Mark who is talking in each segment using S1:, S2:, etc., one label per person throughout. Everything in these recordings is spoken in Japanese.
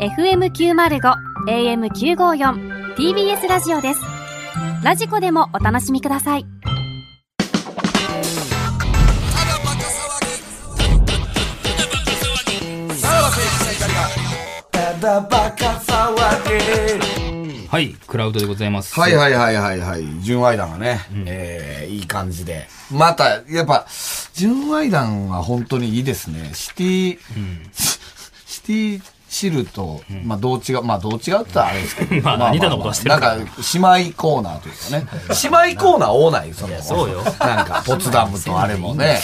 S1: FM905 AM954 TBS ラジオですラジコでもお楽しみください
S2: はい、クラウドでございます。
S3: はいはいはいはいはい。純愛団がね、えーいい感じで。また、やっぱ、純愛団は本当にいいですね。シティ、シシティシルと、まあ、どう違う、まあ、どう違うって言ったらあれですけど。
S2: まあ似たようなことはしてるから
S3: なんか、姉妹コーナーという かね。姉妹コーナー多ない、その。
S2: そうよ
S3: なんか、ポツダムとあれも ね。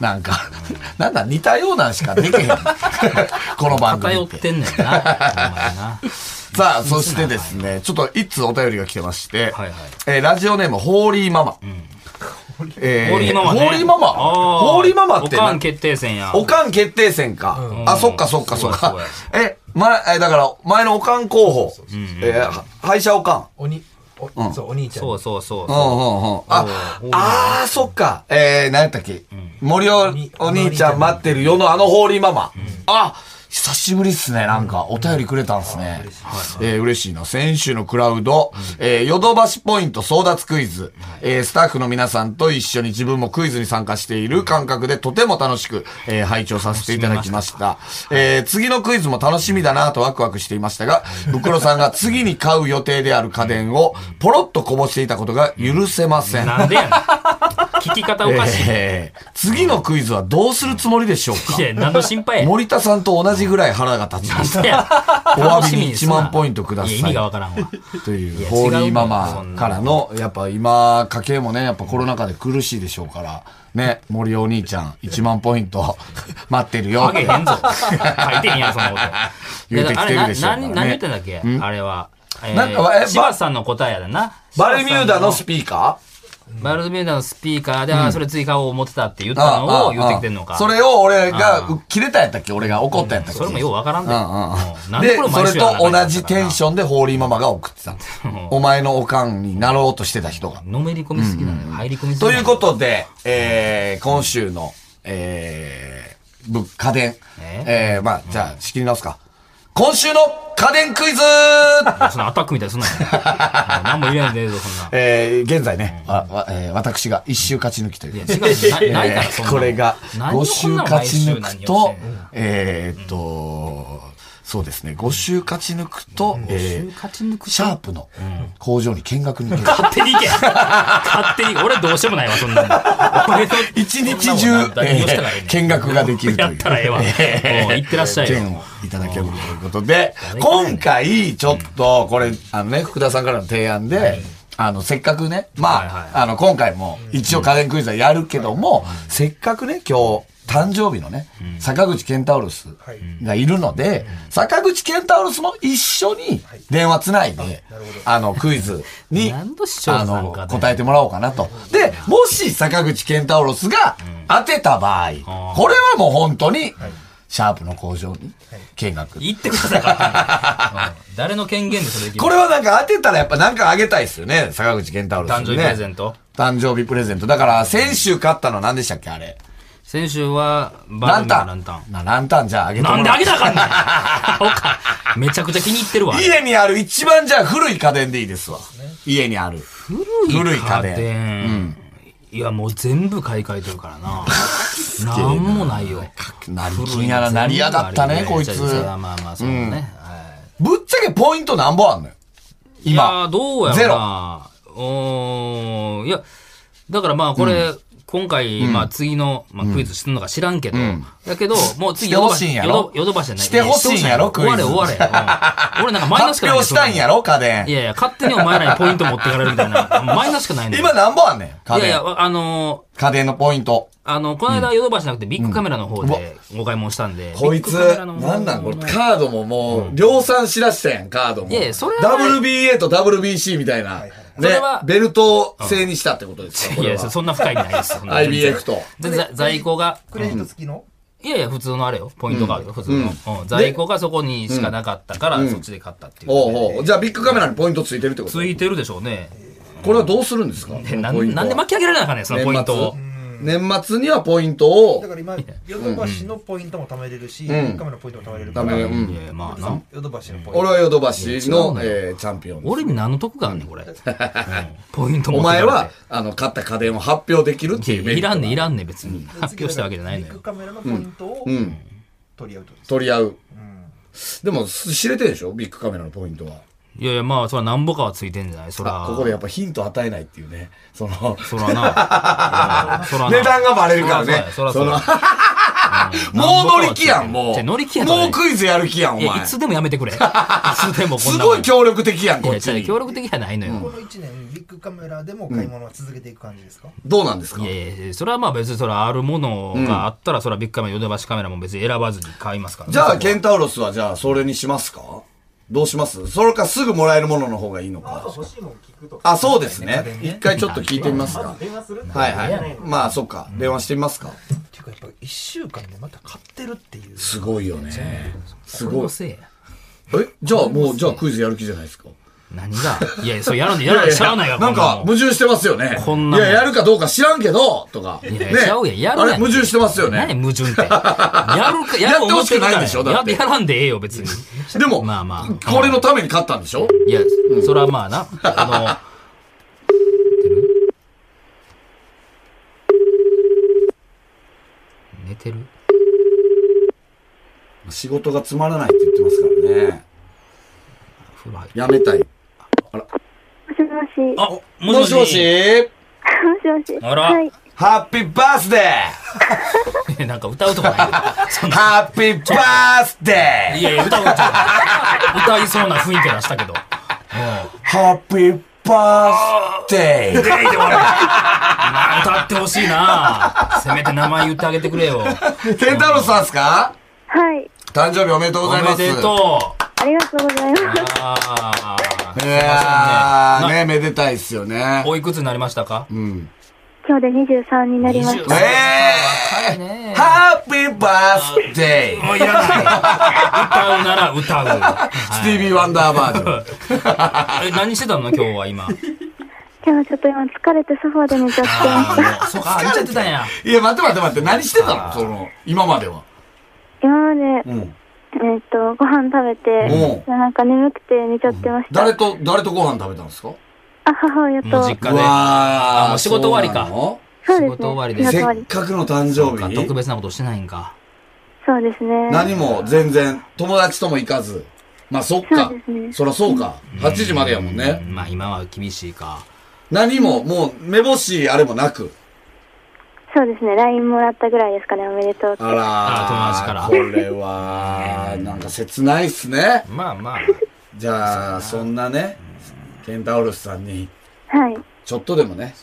S3: なんか、なんだ、似たようなんしかでき へん。この番組
S2: 偏
S3: っ。
S2: っててんねんな。お前な。
S3: さあ、そしてですね、ちょっと一通お便りが来てまして、
S2: はいはい
S3: えーラジオネーム、ホーリーママ。 え
S2: ホーリーママね。
S3: ホーリーママ
S2: あ
S3: ホーリーママって
S2: おか
S3: なん
S2: 決定戦や。
S3: おかん決定戦か。あ、そっかそっかそっ
S2: そ
S3: か
S2: うや。
S3: え、前、えだから、前のおかん候補。えー、は敗者おかん。
S4: おに、お、そう、お兄ちゃん。
S2: そうそう
S3: う
S2: そう
S3: んうん
S2: そう。
S3: うん。あ
S2: おう、
S3: あー、そっか。えー、何やったっけ森尾
S4: に
S3: お兄ちゃん待ってるよのあのホーリーママ。あ、久しぶりっすね。なんか、お便りくれたんすね。えー、嬉しいな。先週のクラウド、えー、ヨドバシポイント争奪クイズ。えー、スタッフの皆さんと一緒に自分もクイズに参加している感覚でとても楽しく、えー、拝聴させていただきました。えー、次のクイズも楽しみだなとワクワクしていましたが、袋さんが次に買う予定である家電をポロッとこぼしていたことが許せません。
S2: なんでやねん。聞き方おかしい。
S3: えー次のクイズはどうするつもりでしょうか
S2: いや、何の心配や。
S3: 森田さんと同じぐらい腹が立ちま した。
S2: いや
S3: お詫
S2: 楽し
S3: び
S2: み
S3: に
S2: にす
S3: 1
S2: な
S3: 万ポイントくださ
S2: い
S3: い。
S2: や、意味がわからんわ。
S3: とい、
S2: いうや
S3: ホーリ
S2: 違うも
S3: ー
S2: ん
S3: ママからの、やっぱ今、家計もね、やっぱコロナ禍で苦しいでしょうから、ね、森お兄ちゃん、1万ポイント 待ってるよ
S2: あ。げへんぞ。書いてへんやん、そんなこと。
S3: 言うてきてるでしょうから
S2: あれ
S3: ね
S2: な何何言ってんだっけあれは。えー
S3: なんかえば
S2: 柴田さんの答えやだな。
S3: バルミューダの
S2: 柴
S3: スピーカー
S2: 田さんのバルミューダのスピーカーで、あーそれ追加を持ってたって言ったのを言ってきてんのか。
S3: それを俺が、切れたやったっけ俺が怒ったやったっけ
S2: それもようわからんで。うんなん
S3: で
S2: これ、
S3: そ
S2: 毎
S3: れ
S2: 週やらな
S3: と
S2: あかんや
S3: 同
S2: つ
S3: じテンションでホーリーママが送ってた。お前のおかんになろうとしてた人が。
S2: のめり込みすぎなのよ。入り込みすぎ
S3: と
S2: なの
S3: い
S2: よ
S3: うことで、えー、今週の、えー、物家電。
S2: え
S3: えー、まあ、じゃあ、仕切り直すか。今週の家電クイズ
S2: そのアタックみたいにすん なよ。何も言えんでええぞ、そんな。
S3: えー、現在ね、わわえー私が一周勝ち抜きという。
S2: いや、違うよなないから、そ
S3: えー
S2: んな
S3: これが
S2: 何
S3: 5
S2: をこ
S3: 週
S2: んなの
S3: 勝
S2: 毎
S3: ち
S2: 週
S3: 抜
S2: 何をし
S3: く
S2: て
S3: と
S2: んの、
S3: えーっと、そうですね、5週勝ち抜くと、えー
S2: 勝ち抜く
S3: シャープの工場に見学に行ける。
S2: 勝手に行け勝手に、俺どうしようもないわ、そんなの。お前の
S3: 一日中、えー見学ができるという。
S2: やったらええわ
S3: えー
S2: もう行ってらっしゃいよ
S3: 券をいただけるということで、今回、ちょっと、これ、あのね、福田さんからの提案で、あの、せっかくね、
S2: はいはい
S3: まあ、あの、今回も、一応家電クイズはやるけども、せっかくね、今日、誕生日のね、坂口健太郎スがいるので、坂口健太郎スも一緒に電話つないで、あの、クイズに
S2: 何度視聴
S3: あ
S2: 者さん
S3: の
S2: かね
S3: 答えてもらおうかなと。で、もし坂口健太郎が当てた場合、これはもう本当に、シャープの工場に見学。
S2: 行ってください、勝手にうん誰の権限でそれできる
S3: これはなんか当てたらやっぱなんかあげたいですよね、坂口健太郎さん
S2: 誕
S3: ね。
S2: 生日プレゼント。
S3: 誕生日プレゼント。だから、先週買ったのは何でしたっけあれ。
S2: 先週は、
S3: ラ
S2: バル
S3: ン
S2: ミュー
S3: タ
S2: ダランタン
S3: ン。。なランタンじゃああげても
S2: な
S3: ら
S2: んであげなあかんねん おかめちゃくちゃ気に入ってるわ。
S3: 家にある一番じゃあ古い家電でいいですわ。家にある。古い家電。
S2: 電。いや、もう全部買い替えてるからな。なんもないよ。
S3: なりきんやらなりやがったね、こいつ。
S2: それはまあまあ、そうね。はい
S3: ぶっちゃけポイント何本あんのよ
S2: いや
S3: 今
S2: ー。どうや
S3: ゼ
S2: ろ
S3: ロ
S2: うな。うーん。いや、だからまあこれ、今回、まあ次の、まあクイズするのか知らんけど、だけど、もう次
S3: してほしいんやろ
S2: ヨドバシじゃない。
S3: してほしいんやろ
S2: 終われ
S3: クイズ
S2: 終われ。うん俺なんかマイナス
S3: 発
S2: しかない
S3: 表したんやろ家
S2: そんなのい
S3: 電。
S2: やいや、勝手にお前らにポイント持ってかれるみた いな。マイナスしかないねん
S3: 今何本あんねん家電。
S2: いやいや、あのー、
S3: 家電のポイント。
S2: あの、この間、ヨドバシじゃなくて、ビッグカメラの方
S3: うんうわ
S2: でご買い物したんで。
S3: こいつ、
S2: ビッグカメラの方
S3: なんなんこれ、カードももう、量産しだしたやん、カードも。
S2: いやいやそれは
S3: WBA と WBC みたいな。ね
S2: それは、
S3: ベルト制にしたってことですかこ
S2: い
S3: れ
S2: や、
S3: は。
S2: そんな深い意味ない です。そんな
S3: IBF と。
S2: でざ在庫が、
S4: クレジット付きの
S2: いやいや、普通のあれよ。ポイントカードよ、普通の。うん在庫がそこにしかなかったから、そっちで買ったっていう。
S3: おうおうじゃあ、ビッグカメラにポイントついてるってこと
S2: ついてるでしょうね。
S3: これはどうするんですか
S2: でな
S3: このポイン
S2: ん
S3: トは
S2: なんで巻き上げられなあかんねんそのポイント
S3: 年
S2: を。
S3: 末年末にはポイントを
S4: だから今、ヨドバシのポイントも貯めれるし、
S3: ん
S4: 三日目のポイントも貯めれる
S3: ダ
S4: か
S3: メ
S4: ら、
S3: よ、うん、
S2: いやまあな。
S4: ヨドバシのポイント。
S3: 俺はヨドバシの、
S2: いや違うのよ
S3: えーチャンピオンです
S2: 俺に何の得があんねん、これ。うんポイント持
S3: お
S2: って
S3: 前
S2: かれて
S3: は、あの、買った家電を発表できるっていう
S2: いや
S3: メリ
S2: い
S3: ット
S2: ら
S3: が
S2: んねんいらんねん、別に。発表したわけじゃないの
S4: ビッ
S2: よ
S4: グ。カメラのポイントを
S3: うん。
S4: 取り合うってことです。
S3: 取り合う。
S4: うん
S3: でも、す知れてるでしょビッグカメラのポイントは。
S2: いやいや、まあ、そらなんぼかはついてんじゃないそら
S3: あ、。ここでやっぱヒント与えないっていうね。その、
S2: そらないや。そらな。
S3: 値段がバレるからね。
S2: そらそうやそらそう
S3: そのもう乗り気やん、も
S2: じゃ
S3: う。
S2: あ乗り気やとね
S3: もうクイズやる気やん、お
S2: いや、い
S3: 前。す
S2: つでもやめ てくれ。いつでもこんなもん
S3: ごい協力的やん、こっち
S2: いや違う
S3: に。
S2: 協力的じゃないの
S4: こ
S2: よ。
S4: の1年、ビッグカメラでも買い物は続けていく感じですか、
S3: どうなんですか
S2: いやいやいやそれはまあ別にそれあるものがあったら、それはビッグカメラ、ヨドバシカメラも別に選ばずに買いますからね。
S3: じゃあ、
S2: そこは
S3: ケンタウロスはじゃあ、それにしますかどうしますそれかすぐもらえるものの方がいいのか。
S5: 欲しいもん聞くとか、
S3: あ、そうですね
S4: 家電。ね
S3: 一回ちょっと聞いてみますか。
S5: 電話するって
S3: はいはい。まあ、そっか。電話してみますか。
S4: っていうか、やっぱ1週間でまた買ってるっていう。
S3: すごいよね。す
S2: これ
S3: ごい
S2: の。せいや。
S3: え、じゃあもう、じゃあクイズやる気じゃないですか。
S2: 何がいやいや、それやらんで、やらんで、しゃあないから。
S3: なんか、
S2: こも
S3: 矛盾してますよね。
S2: こんなもん
S3: いや、やるかどうか知らんけど、とか。
S2: いや
S3: ね
S2: ちゃうやんやるやん
S3: あれ、矛盾してますよ
S2: 何
S3: ね。
S2: 矛盾 って。やるか、やる思ってるか
S3: やってほしくな
S2: ら
S3: いんでしょだって
S2: ややらんでええよ、別 に。
S3: でも、
S2: まあまあ
S3: これのために勝ったんでしょ
S2: いや、それはまあな。あの、寝てる
S3: 仕事がつまらないって言ってますからね。
S2: 風呂入る。
S3: やめたい。
S6: もしもし。
S2: あ、
S3: もしもし、
S6: もしもし。
S2: あら
S6: はい。
S3: ハッピーバースデ
S2: なんか歌うとかないけどそん
S3: ー
S2: な。
S3: ハッピーバースデ
S2: いやいや、歌うとかない。歌いそうな雰囲気出したけど。
S3: ーハッピーバースデー
S2: まあ歌ってほしいな。せめて名前言ってあげてくれよ。
S3: ケンタロスさんですか
S6: はい。
S3: 誕生日おめでとうご
S2: お
S3: ざいま
S2: め
S3: す。
S2: でとう。
S6: ありがとうございます。
S2: あ
S3: い
S2: あ。
S3: やー、ね、めでたいっすよね。
S2: おいくつになりましたか
S3: うん。
S6: 今日で23になりまし
S2: 20
S6: た。
S2: 若
S3: え
S2: い
S3: ー、
S2: ね
S3: ハッピーバースデー
S2: もういらない。歌うなら歌う。
S3: スティービー・ワンダーバージョン。
S2: え何してたの今日は今。
S6: 今日はちょっと今疲れてソファーで寝ちゃってま
S2: あ
S6: し
S2: ー
S6: た。
S2: もうそうか、あれちゃってたんや。
S3: いや、待って待って待って、何してたのその、今までは。
S6: 今まで、
S3: うん。
S6: えっ、と、ご飯食べて、なんか眠くて寝ちゃってました。
S3: 誰と、誰とご飯食べたんですか
S6: あ、母親と。
S2: もう実家で。
S3: わ
S2: あもう仕事終わりか
S3: そう
S6: そ
S2: 仕
S6: うですね。
S2: 事終わりで
S6: 仕事
S3: な
S6: 終
S3: の
S6: わ
S3: せっ
S6: り。
S3: かくの誕
S2: そう
S3: 生
S2: か
S3: 日。
S2: 特別なことしてないんか。
S6: そうですね。
S3: 何も全然、友達とも行かず。まあ、そっ
S6: そ
S3: か
S6: うです。ね。
S3: そらそうか。8時までやもんね。
S2: まあ今は厳しいか。
S3: 何も、もう、目星あれもなく。
S6: そうですね。LINE もらったぐらいですかね。おめでとうって。
S3: あら
S2: あ
S3: ー、
S2: 友
S3: これは、なんか切ないっすね。
S2: まあまあ。
S3: じゃあ、そんなね、ケンタウルスさんに、
S6: はい。
S3: ちょっとでもね、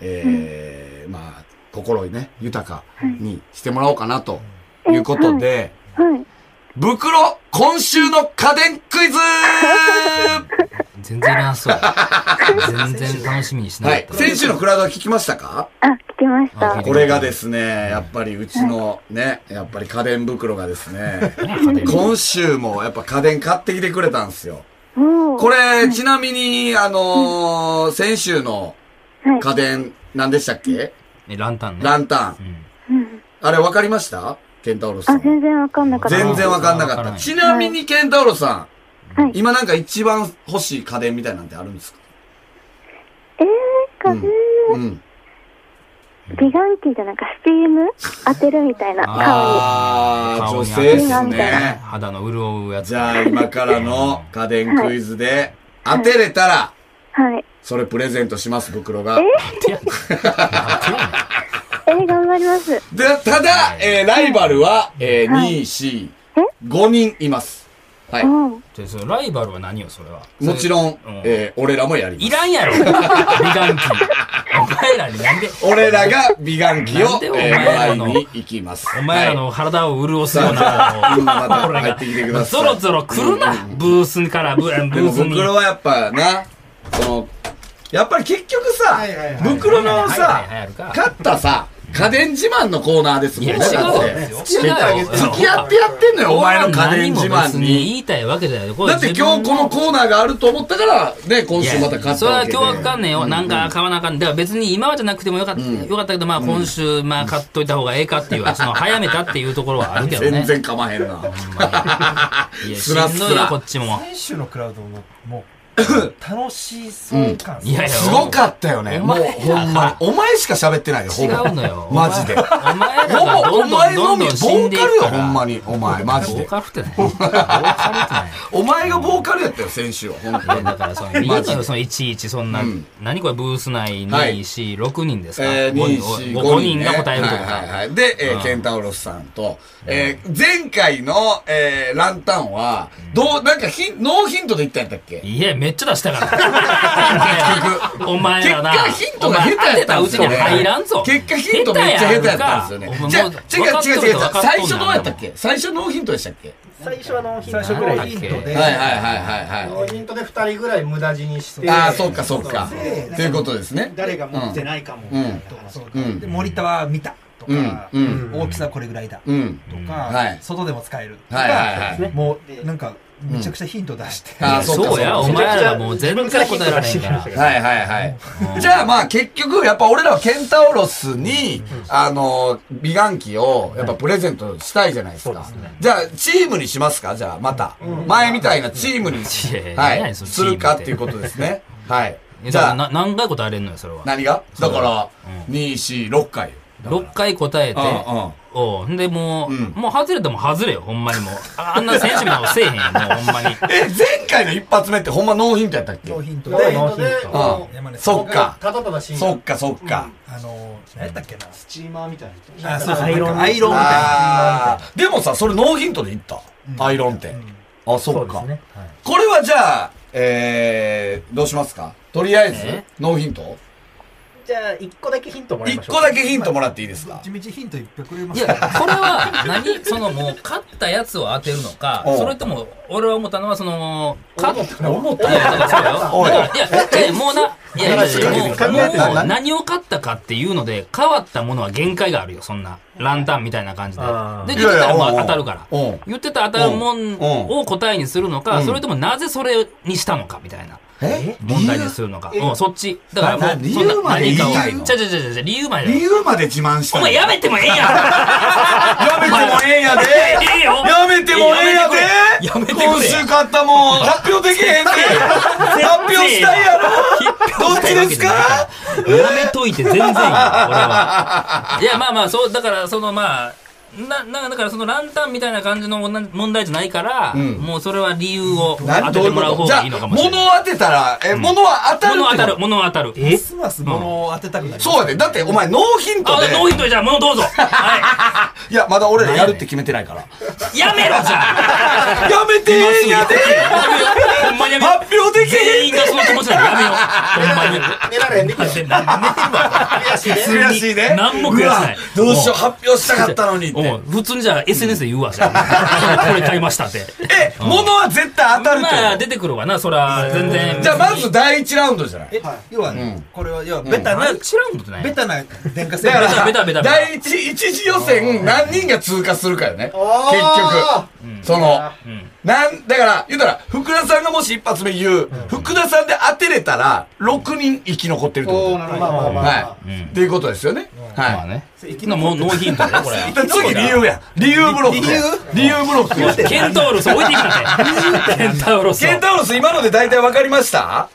S3: えーまあ、心をね、豊かにしてもらおうかなということで、
S6: はい。
S3: 袋、今週の家電クイズは
S2: 全然いら なそう。全然楽しみにしないい。。
S3: 先週のクラウドは聞きましたか
S6: あ、聞きました。
S2: あ聞い
S6: は
S2: て
S3: これがですね、やっぱりうちのね、やっぱり家電袋がですね、今週もやっぱ家電買ってきてくれたんですよ。これ、ちなみに、あのー先週の
S6: い。
S3: 家電、何でしたっけ
S2: えランタンね。
S3: ランタン。
S2: うん
S6: うん
S3: あれ分かりましたケンタウロスさ
S6: あ、
S3: ん。
S6: 全然わかんなかった。
S3: 全然わかんなか
S2: わ
S3: っ
S2: から
S3: た。
S2: ない
S3: ちなみに、ケンタウロスさん、
S6: はい
S3: 今なんか一番欲しい家電みたいなんてあるんですか
S6: えー、かね
S3: うん。
S6: 美顔器じゃなんかスチーム当てるみたいな顔
S3: あー、
S2: 顔
S3: 女
S2: に
S3: 性です
S6: みたい
S3: ね。
S2: 肌の潤うやつ。
S3: じゃあ、今からの家電クイズで、当てれたら、
S6: に。はい。
S3: それプレゼントします、袋が。
S2: 手やねん手やねん
S6: えー、頑張ります。
S3: で、ただ、えーライバルは、えー、2、4、5人います。はい。
S6: うん。
S2: じゃあそのライバルは何よ、それは。
S3: もちろん、
S2: ん
S3: えー俺らもやります
S2: いらんやろ美顔器。お前らになんで、
S3: 俺らが美顔器
S2: なん
S3: を、えー、
S2: でお前ら
S3: も
S2: の
S3: らいに行きます。
S2: お前らの体を潤すよう
S3: はい、
S2: な。
S3: みんなまた
S2: これ
S3: 入
S2: が
S3: ってきてく ださ
S2: ゾ
S3: い。
S2: ロゾロ来るな、ブースから、ブブ
S3: でも
S2: ースに。
S3: 袋はやっぱな、その、やっぱり結局さ
S4: はいはい、はい
S3: 袋の
S2: はいはい
S3: さ
S2: はいはいはい、
S3: 買ったさ、家電自慢のコーナーですもんね。
S2: いや違う
S3: だって
S2: 違うよ
S3: 付き合って付き合ってやってんのよ、お前の家電自慢
S2: 何も別
S3: に。
S2: 言いたいわけじゃない。
S3: だって今日このコーナーがあると思ったから、ね、今週また買った
S2: それ
S3: わ
S2: は
S3: けで。
S2: 凶悪観念をなんか買わなあかん。だから別に今はじゃなくてもよかった、よかったけど、まあ今週、まあ買っといた方がええかっ ていう、その早めたっていうところはあるけどね。
S3: 全然かまへんな。
S2: いや、し
S3: スラ
S2: んど
S3: ス
S2: いよ、こ
S3: ラ。
S2: っちも。
S4: 選手のクラウドも、もう、楽しそう感。
S2: いやいや
S3: すごかったよね。
S2: お
S3: もう
S2: 前
S3: ほんまに。お前しか喋ってないよ、
S2: 違
S3: ほぼ。
S2: うのよ。
S3: マジで。
S2: お前お前ら
S3: ほ
S2: が
S3: ぼ、
S2: ど
S3: お
S2: んど
S3: 前
S2: んど
S3: の
S2: ん
S3: み、
S2: ど
S3: ボ
S2: ん死ん
S3: ー
S2: でい
S3: カル
S2: く
S3: よ、
S2: から。
S3: ほんまに。お前、マジ
S2: ボー
S3: で。
S2: カルってない。ボーカルってない。
S3: お前がボーカルやったよ、選手は。ほんとに
S2: いやだからその、いい
S3: マジ
S2: の
S3: で
S2: よ、そのいちいち、そんな、何これ、ブース内に、
S3: はい
S2: 4、6人ですか、
S3: えー、
S2: 五
S3: 2、
S2: 人
S3: 4、
S2: 五
S3: 5
S2: 五人
S3: ね
S2: が答えるとか、
S3: はいはいはい。で、えーケンタウロスさんと、えー前回の、えーランタンは、どう、なんかヒン、ノーヒントで言ったんやったっけ
S2: いや、めっちゃ出したから。結局。お前らな。
S3: 結果ヒントが下手やったんですよね
S2: お前当てたうちに入らんぞ。
S3: 結果ヒントめっちゃ下手やったんですよね。じゃあ、違う違う違う違う。最初どうやったっけ最初ノーヒントでしたっけ
S5: 最初はノーヒント
S4: 最初ぐらいヒントで。
S3: はいはいはいはい
S5: ノ
S3: は
S5: ーヒントで2人ぐらい無駄死にして
S3: い。ああ、そっかそっか。
S5: で
S3: ということですね。
S5: 誰が持ってないかも
S3: うん
S5: とかそう
S3: う
S5: か
S4: で
S3: ん。
S4: 森田は見たとか、
S3: うんうん
S4: 大きさこれぐらいだと
S3: うん。
S4: か、
S3: はい
S4: 外でも使えるとか、
S3: はいはいはい。
S4: もうなんかめちゃくちゃヒント出して、
S3: ああ、そっかそ
S2: そう
S3: っ
S2: や、
S3: か
S2: お。前らもう全然答えられへんか ら。
S3: はいはいはい。じゃあまあ結局、やっぱ俺らはケンタウロスに、あの、美顔器をやっぱプレゼントしたいじゃないですか。じゃあチームにしますかじゃあまた。前みたいなチームに、
S2: いやいや
S3: は
S2: 何
S3: い、
S2: やその
S3: するかっていうことですね。はい。
S2: え
S3: じ
S2: だから
S3: ゃあ、
S2: な何回答えれんのよ、それは。
S3: 何がだから
S2: う、
S3: 2、4、6回。
S2: 6回答えて、
S3: うんうん
S2: おうんで、もう、
S3: うん
S2: もう外れても外れよ、ほんまにもう。ああんな選手みたいなのせえへんよ、もうほんまに。
S3: え、前回の一発目ってほんまノーヒントやったっけ
S4: ノーヒント
S5: ノー
S4: で、
S5: ヒントで
S3: あ
S4: 山根さん
S3: そっか。
S5: ただただ死ん
S3: そ
S5: だ
S3: っかそっか。
S4: あの何やったっけな
S5: スチーマーみたいな
S4: あそうそう
S5: アイロン
S4: なんかアイロンみたいな
S3: あーでもさ、それノーヒントでいった。アイロンって。あ、そ
S5: そ
S3: っ
S5: うで
S3: か
S5: す。ねはい
S3: これはじゃあ、えー、どうしますかとりあえず
S2: え、
S3: ノーヒント
S5: じゃあ1個だけヒントもらいま
S3: 一
S5: しょう
S3: 個だけヒントもらっていいですか
S4: 地道ヒントいっぱいくれま
S2: い
S4: す
S2: や、これは何、 そのもう、勝ったやつを当てるのか、
S3: おう
S2: それとも、俺は思ったのは、その、勝っ
S3: 思っ
S2: いや、だからそう
S3: お
S2: よ。だ
S3: い
S2: から、いや、いやもうな、いや、
S3: 話しかけてきた
S2: もう、もう
S3: なな
S2: 何を買ったかっていうので、変わったものは限界があるよ、そんな。ランタンみたいな感じで
S5: あー。
S2: で、言ってたらま
S3: いやいやおうおう
S2: あ当たるから
S3: おう。
S2: 言ってたら当たるもん
S3: おう
S2: を答えにするのか、
S3: うん
S2: それともなぜそれにしたのかみたいな。
S3: え
S2: 問題にするのか。うん、そっち。だから
S3: な
S2: もう、
S3: 理
S2: そんな
S3: 由まで言いたいの
S2: 何かをちゃうちゃうちゃうちゃう理由ま
S3: 理
S2: で。
S3: 由まで自慢したい
S2: お前やめてもええやん
S3: やめてもええんやで
S2: ええよ
S3: やめてもええんやで
S2: やめてくれや
S3: 今週買ったもん発表でき へんで発表したいやろどっちですか
S2: やめといて全然いいよ、俺は。いや、まあまあ、そう、だから、そのまあ、な、な、だからそのランタンみたいな感じの問問題じゃないから、
S3: ん
S2: もうそれは理由を
S3: 何
S2: 当ててもらう方
S3: じゃ
S2: が
S3: あ
S2: いいのかもしれ
S3: 物
S2: ない。
S3: を当てたら、え、物は当たる
S2: 物
S3: ってこと
S2: 当たる、物当たる。
S4: えますます物を当てたくなります
S3: そうやで。だって、お前、ノーヒント
S2: あ、
S3: で。
S2: ノーヒントでじゃあ物どうぞ。はい
S3: や、まだ俺らやるって決めてないから。
S2: い。やめろじゃあ。
S3: やめてええんやで
S2: ほんまにやめよう。
S3: 発表できへん
S2: 全員がその気持ちなんでやめよう。ほんまに。
S5: 寝られへんでくる悔しいね
S3: 悔しいね。
S2: 何も悔しな
S3: わ
S2: いう
S3: どうしよう、発表したかったのにって。
S2: おう普通にじゃあ SNS で言うわ、じゃあこれ買いましたって。
S3: え、物は絶対当たる
S2: まあ、
S3: と。
S2: 出てくるわな、そら、全然。
S3: じゃあ、まず第一ラウンドじゃない
S4: え要は、これは要はベタ
S2: あ、
S4: な、
S2: な、チラウンドってない
S4: ベタな電化製
S3: だ
S4: 品
S3: か
S2: ベタベタベ
S3: ら、
S2: タベ
S3: 第
S2: タ
S3: 一、一次予選何人が通過するかよね。
S5: あ
S3: 結局。その、なん、だから、言うたら、福田さんがもし一発目言う、福田さんで当てれたら、6人生き残ってるってこと
S5: おーなるほどまあまあまあまあ
S3: はい。っていうことですよね。はい。
S2: まあね。今もうノーヒントだよ、これ。
S3: で次理由や。理由ブロック。理由理由ブロックや。
S2: ケンタウロス置いてきたね。ケンタウロスを。
S3: ケンタウロス今ので大体わかりました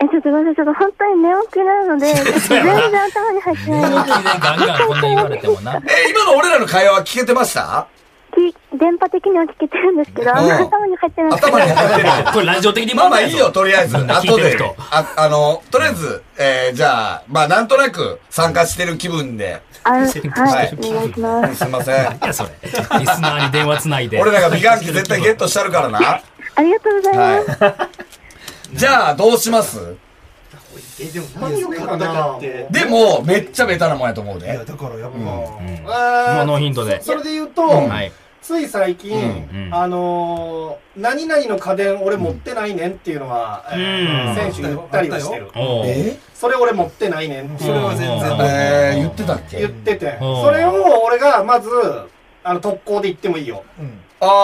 S6: え、ちょっとごめんなさい、ちょっと本当に寝起きなの で、全然頭に入ってないので、
S2: 大きいねガンガンこんな言われてもな。
S3: え、今の俺らの会話は聞けてました
S6: き電波的には聞けてるんですけど、あんまり頭に入ってない。
S3: 頭に当てる。
S2: これラジオ的に
S3: まあ
S2: 問
S3: まあ
S2: 題
S3: い
S2: や
S3: い
S2: ぞ
S3: よ、とりあえず。
S2: こんな聞い
S3: 後
S2: てる
S3: で
S2: 人。。
S3: あ、あの、とりあえず、えー、じゃあ、まあなんとなく参加してる気分で。
S6: あ、はい、お願いします。
S3: すいません。
S2: いや、それ。リスナーに電話つないで。
S3: 俺らが美顔器絶対ゲットしたるからな。
S6: ありがとうございます。
S3: はい。じゃあ、どうします
S5: えでも何を買ったかって
S3: でも、めっちゃベタなもんやと思う
S4: いや
S3: で。
S4: だからやっぱ、
S2: うんもう
S5: あー
S2: ノーヒントで。
S5: それで言うと
S2: はい。
S5: つい最近、
S2: うん
S5: あのー何々の家電俺持ってないねんっていうのは、えー
S2: うん
S5: 選手言ったりはしてる。
S2: おう
S3: え
S5: それ俺持ってないねんって
S4: それは全然ない
S3: えー、言ってたっ
S5: 言っ
S3: け
S5: てて、
S2: うん
S5: それを俺がまず、あの、特攻で言ってもいいよ。
S4: うん。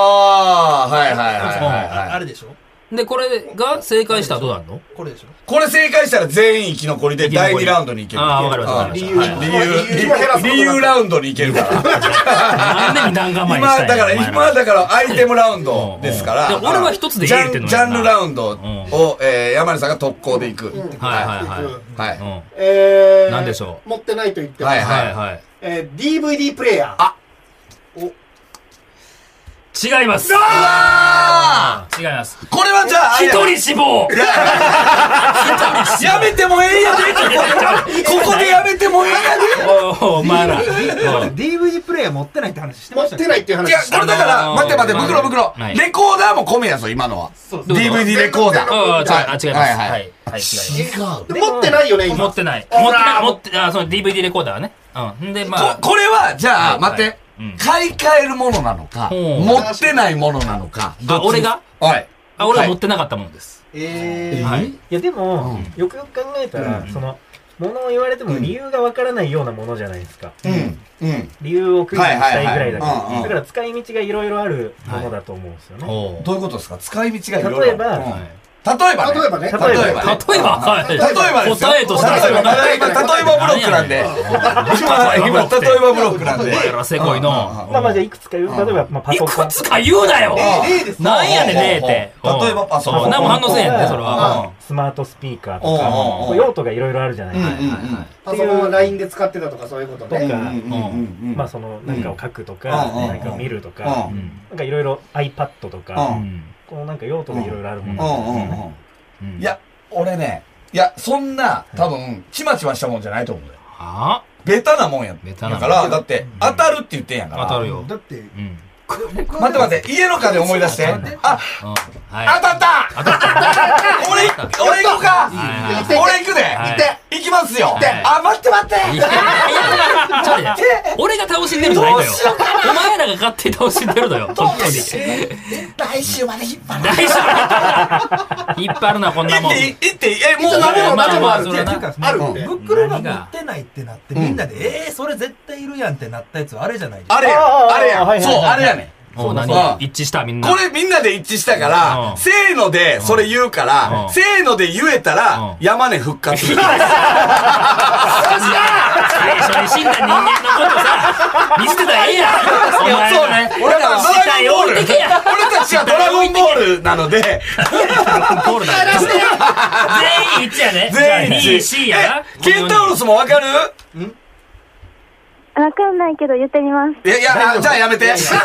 S3: あー、はいはいはいはい
S4: あ
S3: は
S4: あ
S3: い。
S4: れでしょ
S2: で、これが正解したらどうなるの
S4: これでしょ
S3: これ正解したら全員生き残りで第2ラウンドに行ける。
S2: ああ、わかりましたわか
S3: 理
S2: り
S3: 由
S2: ました。はい
S3: 理由、理由ラウンドに行けるから。
S2: なんで二段
S3: 今、
S2: 構えにした
S3: だ
S2: ん
S3: から、
S2: やお前
S3: 今、だから、アイテムラウンドですから。
S2: うんうんで俺は一つで
S3: ジ
S2: 言え
S3: ャ
S2: ってん
S3: ン
S2: の
S3: ジ
S2: や
S3: ャ
S2: ん
S3: ン
S2: な
S3: ルラウンドを、えー、山根さんが特攻で行く。
S5: うん
S2: はいはいはい。
S3: はい。
S2: うんは
S5: えー、
S2: 何でしょ
S5: う持ってないと言っても
S3: はい
S2: いはい。
S5: えー、DVD プレイヤー。
S3: あ
S2: 違います。
S3: あ
S2: 違います。
S3: ーこれはじゃあ、あれ
S2: 一人死亡
S3: やめてもええやでここでやめてもええや
S2: おおお前ら。お う
S4: DVD プレイヤー持ってないって話して
S5: 持
S4: ま
S5: っ
S4: した
S5: てないっていう
S3: でい
S5: 話
S3: や、。これだから、
S2: あのー
S3: 待って待って、袋袋
S2: はい
S3: レコーダーも込めやぞ、今のは。
S4: そう
S2: どうぞ
S3: DVD レコーダー。
S2: ああ、違いあ違います。
S3: はいはい
S2: はい。はい、違います。
S5: で持ってないよね、
S2: 持
S5: 今
S2: っ。てない。持ってない。持って、あ、その DVD レコーダーね。うん。んで、まあ
S3: こ、これは、じゃ
S2: は
S3: あ、
S2: い
S3: 待って
S2: はいうん。
S3: 買い替えるものなのか、
S2: ほう
S3: 持ってないものなのか。
S2: あ俺が
S3: はい。
S2: あ、俺は持
S3: は
S2: ってなかったものです。
S4: え
S2: は
S4: ー
S2: い
S4: い
S2: い
S7: いやでも、
S3: う
S7: よくよく考えたら、
S3: うん
S7: そのものを言われても理由がわからないようなものじゃないですか、
S3: い。うん。うん。
S7: 理由をクイズにしたいぐらいだから、
S3: はいはいはいうんうん
S7: だから使い道がいろいろあるものだと思うんですよね、
S2: おう
S3: どういうことですか使い道がいろいろ。
S7: 例えば
S3: うん
S2: はい
S3: 例えばね。
S5: 例えばね
S3: 例えばね。
S7: 例え
S2: 例えば、はい
S3: 例えばですよ
S2: 答えとしては
S3: 例えば、例えば、例えばブロックなんで。今、
S2: 例えばブロック
S3: 今
S2: って
S3: 例えばブロックなん
S2: お
S3: で。
S2: 前らせこいの。
S7: まあまあじゃあいくつか言う例えば、まあ、パ
S2: い
S7: ソコン
S2: くつか言うなよ
S3: ああ
S4: 例です
S2: なんやねん、例っ
S3: ほう
S2: て。
S3: ほうほう例えばパソコン
S2: そう何も反応せんやんね、それ
S7: あ
S2: は。
S7: スマートスピーカー
S3: お
S7: と
S3: う
S7: か
S3: おうおう
S7: 用途がいろいろあるじゃないですか、
S5: パソコンは LINE で使ってたとかそういうこと
S7: と
S5: ね。
S7: か、
S3: うん
S7: まあその何かを書くとか、
S3: うん
S7: 何かを見ると
S3: う
S7: か、
S2: うんん
S7: なんかいろいろ iPad と
S2: う
S7: か、
S2: ん
S7: このなんか用途がいろいろあるも
S3: う
S7: の、
S3: んうんうん
S2: う
S3: い
S2: ん
S3: や、俺ね、いや、そんな、多分、ちまちましたもんじゃないと思うよ。
S2: は
S3: ベタなもんやん。
S2: ベ
S3: だ
S2: タなも
S3: か
S2: ん
S3: ら、だって、当たるって言ってんやから。
S2: 当たるよ。
S4: だって、
S2: うん。
S3: 待って待って、家の家で思い出して。あ、
S2: うん
S3: 当
S2: はい。
S3: たった
S2: 当たった
S3: 俺、俺行くか
S2: はいはい
S3: 俺行くで
S2: はい
S3: 行きますよ
S2: て
S3: あ、待って待って
S2: いやいやちょっと待って俺が倒しんでるんじゃないんだよ
S3: どうしよう。
S2: お前らが勝手に倒しんでるのよ。本 当に。
S3: 来週まで引っ張る。
S2: 大丈夫。引っ張るな、こんなもん。
S3: 行っていい、行っていい、え、もう
S2: まあ
S3: 何も
S2: まあまあ
S4: い
S2: そ
S4: や
S2: れ
S4: っ
S2: は
S4: ていう
S2: な
S4: か、
S5: あるって
S4: ブックロが持ってないってなって、みんなで、えー、それ絶対いるやんってなったやつあれじゃないですか。
S3: あれや
S7: あああ
S3: ん、あ
S7: は
S3: れ
S7: い
S3: やん。
S7: はいはい
S3: そう、あれやねん。
S2: もう
S3: そう
S2: 何一致した、みんな。
S3: これみんなで一致したか
S2: う
S3: ら、
S2: ん
S3: せーのでそれ言うか
S2: う
S3: ら、
S2: ん
S3: せーので言えた
S2: うん
S3: ら、山根復 活。
S2: 最初に死んだ人間のことさ、見捨てたらええやん。お前
S3: そうね。俺らは
S2: 死体置いてけや。
S3: 俺たちはドラゴンボールな ので、
S2: ゴールだよ全員一致やね。
S3: 全員
S2: じゃあ2位 C やな。
S3: えケンタウロスもわかる
S6: わかんないけど言ってみます。
S3: いや、いや、じゃあやめて。じゃ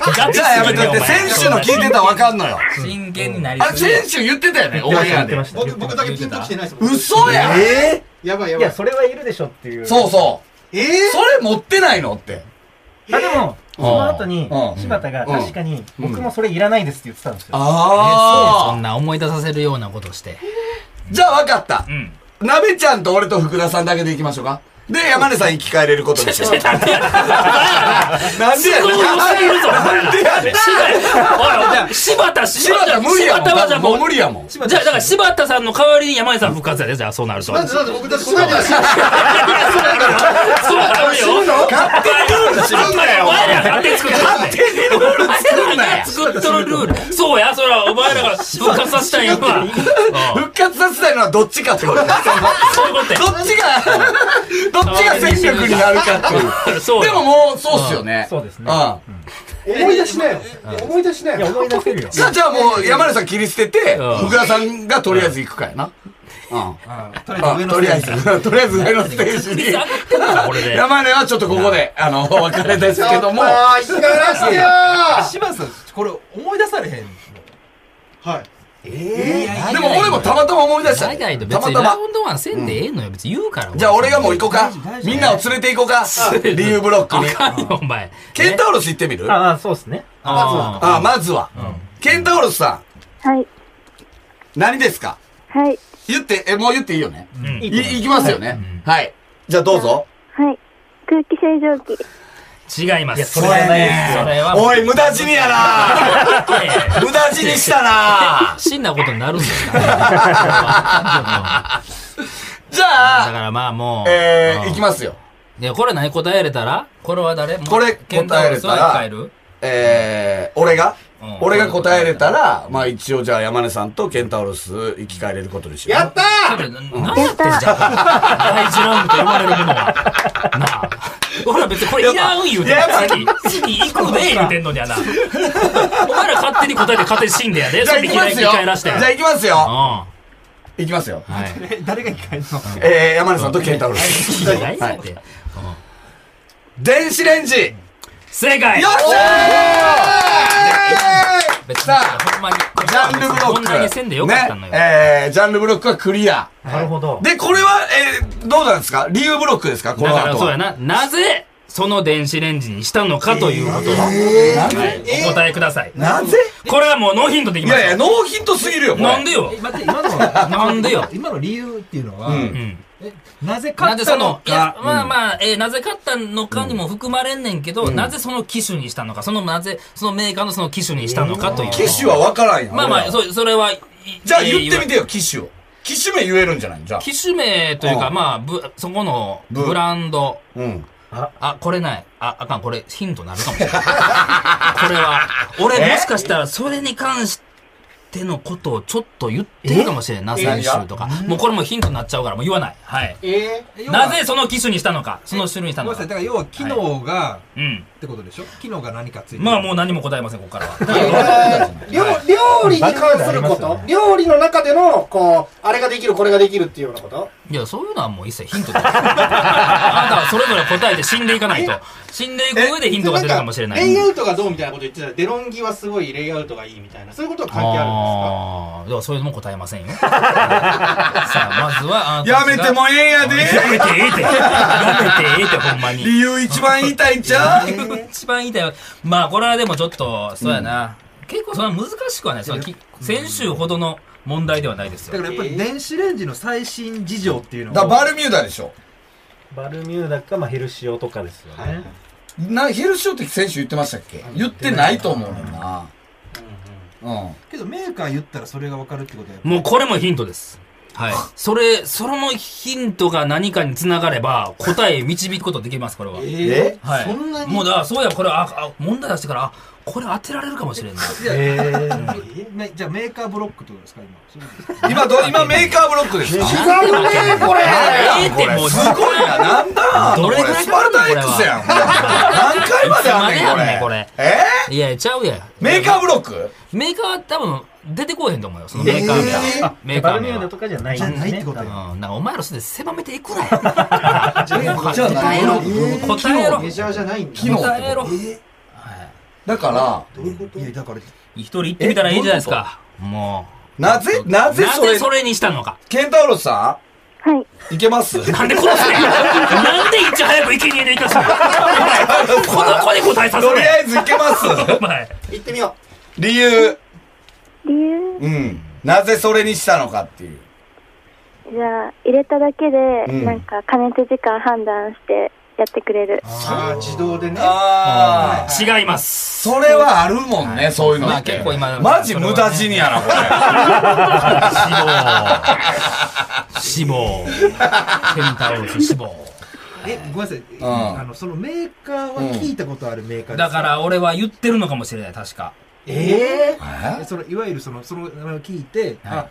S2: ガチ
S3: あや
S2: す
S3: め
S2: ぎ
S3: てっ
S2: るよお
S3: て、
S2: 前
S3: 選手の聞いてたらわかんのよ。
S2: 真剣になり
S3: あれ、
S2: すぎる
S3: 選手言ってたよね、オンエア
S7: 言って
S3: で
S7: ま。した
S5: 僕僕だけピンときてないですもん。
S3: 嘘やえ
S5: やばいや
S7: い
S5: ば
S7: や
S5: い。
S7: それはいるでしょっていう
S3: そうそう。
S5: えー
S3: それ持ってないのって。
S7: あでも、その後に
S3: うん
S7: 柴田が確かに僕もそれいらないですって言ってたんですよ。
S2: そ
S3: あ
S2: んな思い出させるようなことして。
S3: ー。じゃあわかった
S2: う。ん。
S3: なべちゃんと俺と福田さんだけで行きましょうか。で、山根さん生き返れることにしよう。なんでやねん。なんでや
S2: 都合
S3: ねん。
S2: 良すぎるぞ。
S3: なんでやねん。
S2: おい、柴田、
S3: 柴田無理やもん。
S2: 柴田はじゃあ
S3: も
S2: も
S3: う
S2: う
S3: 無理やもん。
S2: じゃあ、だから柴田さんの代わりに山根さん復活やで、じゃあ、そうなると。
S5: なんでなんで僕だってそんな話しない
S3: 勝手にル
S2: そうなるよ。
S3: ールするんだ
S2: お
S3: よ。
S2: 前ら勝手に作ってんねん
S3: 勝手にルール作んなよ。
S2: 作っとるルール。そうや、そら、お前らが復活させたいんやわ。うん
S3: 復活させたいのはどっちかってことだよ
S2: そういうこと
S3: どっちが、どっちが戦力になるかっていう。
S2: や。そう
S3: で
S2: や
S3: ももう、そうっすよね。
S7: そうですね
S3: うん。
S5: 思い出しなよ。思い出しない
S7: や
S5: よ。
S7: 思い出せるよ。
S3: じゃあ、じゃあもう、山根さん切り捨てて
S2: うん、
S3: 福田さんがとりあえず行くかやな。うん。
S4: あとりあえず
S3: あ
S4: 上の
S3: とりあえず、 とりあえず上のステージ
S2: 率上が
S3: に。
S2: ってるから、これで。
S3: 山根はちょっとここで、あの、お別れですけども、
S5: ああ、引き返らしてよ
S4: 柴田さん、これ思い出されへんの。
S5: はい。
S3: でも俺もたまたま思い出した。
S2: 海外と別
S3: たま
S2: に
S3: た
S2: ラ
S3: ま。
S2: ウンドワンせんでええのよ、別に言うから。
S3: じゃあ俺がもう行こうか。みんなを連れて行こうか。理由ブロック
S2: あ
S3: に。
S2: かんよ、お前。
S3: ケンタウロス行ってみるあ
S7: ああそうですね。
S2: あ
S3: あ、まずは。ケンタウロスさ
S6: はい。
S3: ん、何ですか
S6: はい。
S3: 言って、え、もう言っていいよね。い
S7: いいと思います
S3: 行きますよね。はい。じゃあどうぞ。
S6: はい。空気清浄機。
S2: 違いま
S7: いや、
S2: す。
S7: それはないです
S2: そ
S7: よ。
S2: れはもう
S3: おい、無駄死に やな無駄死にしたな
S2: 死んなことになるんですから。だ
S3: じゃあ、
S2: からまあもう。
S3: え
S2: うん
S3: ー、いきますよ。
S2: いや、これ何答えれたらこれは誰
S3: これ答えれたら
S2: える
S3: えー、俺が
S2: うん
S3: 俺が答えれたら、まあ一応じゃあ山根さんとケンタウロス生き返れることにしよう。
S5: やった
S2: ちょっとな何やってんじゃん。第一ラウンドと呼ばれるものは。なあ。俺ら別にこれいらん言うてん
S3: やっぱ
S2: の次、次行くで言うてんのにやな。お前ら勝手に答えて勝手に死んでや
S3: じ
S2: で。
S3: ゃ
S2: そ
S3: あ
S2: れ
S3: 行き
S2: 見
S3: ま
S2: 開い
S3: す
S2: て
S3: よ。
S2: 返らし
S3: じ
S2: て。
S3: ゃあ行きます
S2: うん。
S3: よ。
S2: は
S3: 行きますよ。
S2: い。
S4: え誰が一回の
S3: えー、山根さんとケンタウロス。
S2: いいじゃない
S3: はい
S2: って
S3: 電子レンジよ
S2: 正解
S3: っしゃ
S2: 別に
S3: さあ
S2: ほんまに。
S3: ージャンルブロ
S2: こんなにせんでよかっ
S3: ッ
S2: たの
S3: ク。ね
S2: よ。。
S3: えー、ジャンルブロックはクリア。
S7: なるほど。
S3: で、これは、えー、どうなんですか理由ブロックですかこ
S2: だ
S3: の
S2: から
S3: 後
S2: そう
S3: は
S2: や。な。なぜ、その電子レンジにしたのかということを、はいお答えください。
S3: なぜ
S2: これはもうノーヒントでいき
S3: い
S2: ま
S3: やい
S2: す
S3: や、
S2: よ。
S3: ノーヒントすぎるよ、これ
S2: なんでよ
S4: え、待って、今の、
S2: なんでよ
S4: 今の理由っていうのは、
S3: うん
S2: うん。
S4: え、なぜ
S2: な
S4: 勝
S2: ん
S4: っ
S2: で
S4: た
S2: そ
S4: の
S2: の、い
S4: か
S2: や、まあまあ、えーなぜ勝ったのかにも含まれんねんけど、なぜその機種にしたのか、そのなぜ、そのメーカーのその機種にしたのかという。
S3: 機種は分からんやん。
S2: まあま
S3: 俺
S2: あ、
S3: ら
S2: そう、それは、い
S3: じゃあ
S2: え
S3: 言っ
S2: ー
S3: てみ
S2: わ
S3: てよ、機種を。機種名言えるんじゃないじゃあ。
S2: 機種名というか、
S3: うん
S2: まあ、ぶ、そこの
S3: ぶ
S2: ブランド。
S3: うん。
S2: あ、これない。あ、あかん、これヒントなるかもしれない。これは、俺もしかしたらそれに関してのことをちょっと言ってるかもしれんな、
S5: え
S2: 先週とか。もうこれもヒントになっちゃうから、もう言わない。はい。
S5: え
S4: 要は
S2: なぜその機種にしたのか、その種類にした
S4: ごめん
S2: の
S4: なさ
S2: か
S4: い、だ。から要は機能が、
S2: うん。
S4: ってことでしょ機能が何かついてる
S2: まあもう何も答えません、ここから
S5: ー、
S2: は。
S5: えー料料理に関するこ
S7: バカになり
S5: と
S7: ます
S5: 料理の中での、こう、あれができる、これができるっていうようなこと
S2: いや、そういうのはもう一切ヒントで。あなたはそれぞれ答えて死んでいかないと。死んでいく上でヒントが出るかもしれない。
S5: んかレイアウトがどうみたいなこと言ってたら、デロンギはすごいレイアウトがいいみたいな、そういうことは関係あ
S2: あーではそういうのも答えませんよ。 さあ、まずは、あな
S3: や
S2: たた
S3: め
S2: ちが
S3: てもええんや
S2: や
S3: で
S2: めてええって。やめてええって、ほんまに。
S3: 理由一番言いたいんちゃう
S2: 一番言いたいわ。まあ、これはでもちょっと、そうやな。結構そんな難しくはない。そのき先週ほどの問題ではないです
S4: だ
S2: よ。
S4: からやっぱり電子レンジの最新事情っていうの
S3: だ
S4: を
S3: バルミューダでしょ。
S7: バルミューダか、まあ、ヘルシオとかですよね。
S3: な、ヘルシオって選手言ってましたっけ言ってないと思うねんな。うん。
S4: けどメーカー言ったらそれが分かるってことはやっぱ
S2: もうこれもヒントです。はい。それ、そのヒントが何かにつながれば、答え導くことできます、これは。
S3: え
S2: はい。
S5: そんなに
S2: もうだから、そうや、これ、あ、あ問題出してから、あ、これ当てられるかもしれんない。
S4: いや
S7: えー
S4: めじゃあメーカーブロックってことですか今そうですね
S3: 今ど、今メーカーブロックですか
S5: るんですか残念これ
S2: ええって、もう、
S3: すごいな、なんだ
S2: どれぐらい
S3: スパルタ X やん。何回まであんねん、これ。
S2: いつまであんねんこ
S3: え
S2: いや、ちゃうやん。
S3: ーメーカーブロック
S2: メーカーは多分出てこうへんと思うよ、そのメーカー名は。 メーカ
S7: バ
S2: ー
S7: ルミ
S2: 名
S7: ューダ
S2: は
S7: と。かじゃないん
S4: じゃ
S7: で
S4: あ
S7: す
S4: ないって
S7: ね
S4: こ。と
S2: うん、
S4: よ
S2: なんかお前らそれ狭めていく なよ。 答えろ。答え
S5: る
S2: ろ
S5: メ。ジャーじゃないんだ。
S3: 機能ってこと
S2: 答えろ。
S3: だから、
S4: いやだから
S2: 一人行ってみたらいいじゃないですか。も
S3: なぜ、
S2: う。
S3: なぜそれ、
S2: にしたのか。
S3: ケンタウロスさ
S6: はい。
S3: んいけます
S2: なんで殺すねん。 なんでいち早く生贄で行かすねん。この子に答えさせ
S3: とりあ
S2: ね
S3: えずいけます
S2: ん。お前。
S5: 行ってみよ
S3: 理由。
S6: 理由
S3: うん。なぜそれにしたのかっていう。
S6: じゃあ、入れただけで、
S3: うん
S6: なんか加熱時間判断してやってくれる。
S5: う。さあ、自動でね。
S3: ああ。
S2: 違います。
S3: それはあるもんね、そういうの
S2: ま
S3: っ
S2: あ
S3: て。
S2: 結構今
S3: マジ無駄死にやな、これ。
S2: 死亡。死亡。ケンタウロス死亡。
S4: えごめんなさい
S3: ん
S4: あのそのメーカーは聞いたことあるメーカーで
S2: だ
S4: す
S2: から俺は言ってるのかもしれない、確か。
S5: え
S4: えそのいわゆるそのそのあの聞いてあ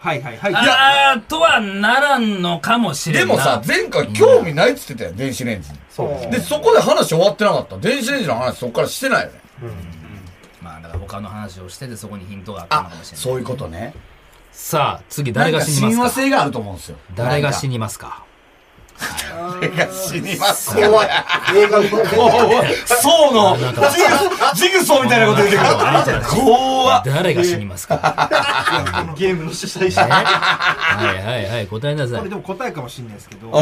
S4: はいはいはい
S2: あーとはならんのかもしれ
S3: で
S2: んな
S3: もさ、前回興味ないっつってたよ、電子レンジに。
S7: そうです
S3: で、
S7: ね。
S3: そこで話終わってなかった。電子レンジの話そこからしてないよね。
S2: まあだから他の話をしててそこにヒントがあったの
S3: あ
S2: かもし、れない。
S3: そういうことね。
S2: さあ、次誰が死に
S3: なんか
S2: ま
S3: 親和
S2: すか
S3: 性があると思うんですよ。
S2: 誰が死
S3: 死に
S2: にますか
S3: 死にます
S5: ー、 怖い。映画怖い。
S3: そうの、ジグジグソーみたいなこと言ってくる。怖っ
S2: 誰が死にますか
S5: ゲームの主催
S2: え
S5: 者。
S2: はいはいはい、答えなさ
S4: これ
S2: い
S4: で。も答えかもしれないですけど
S3: お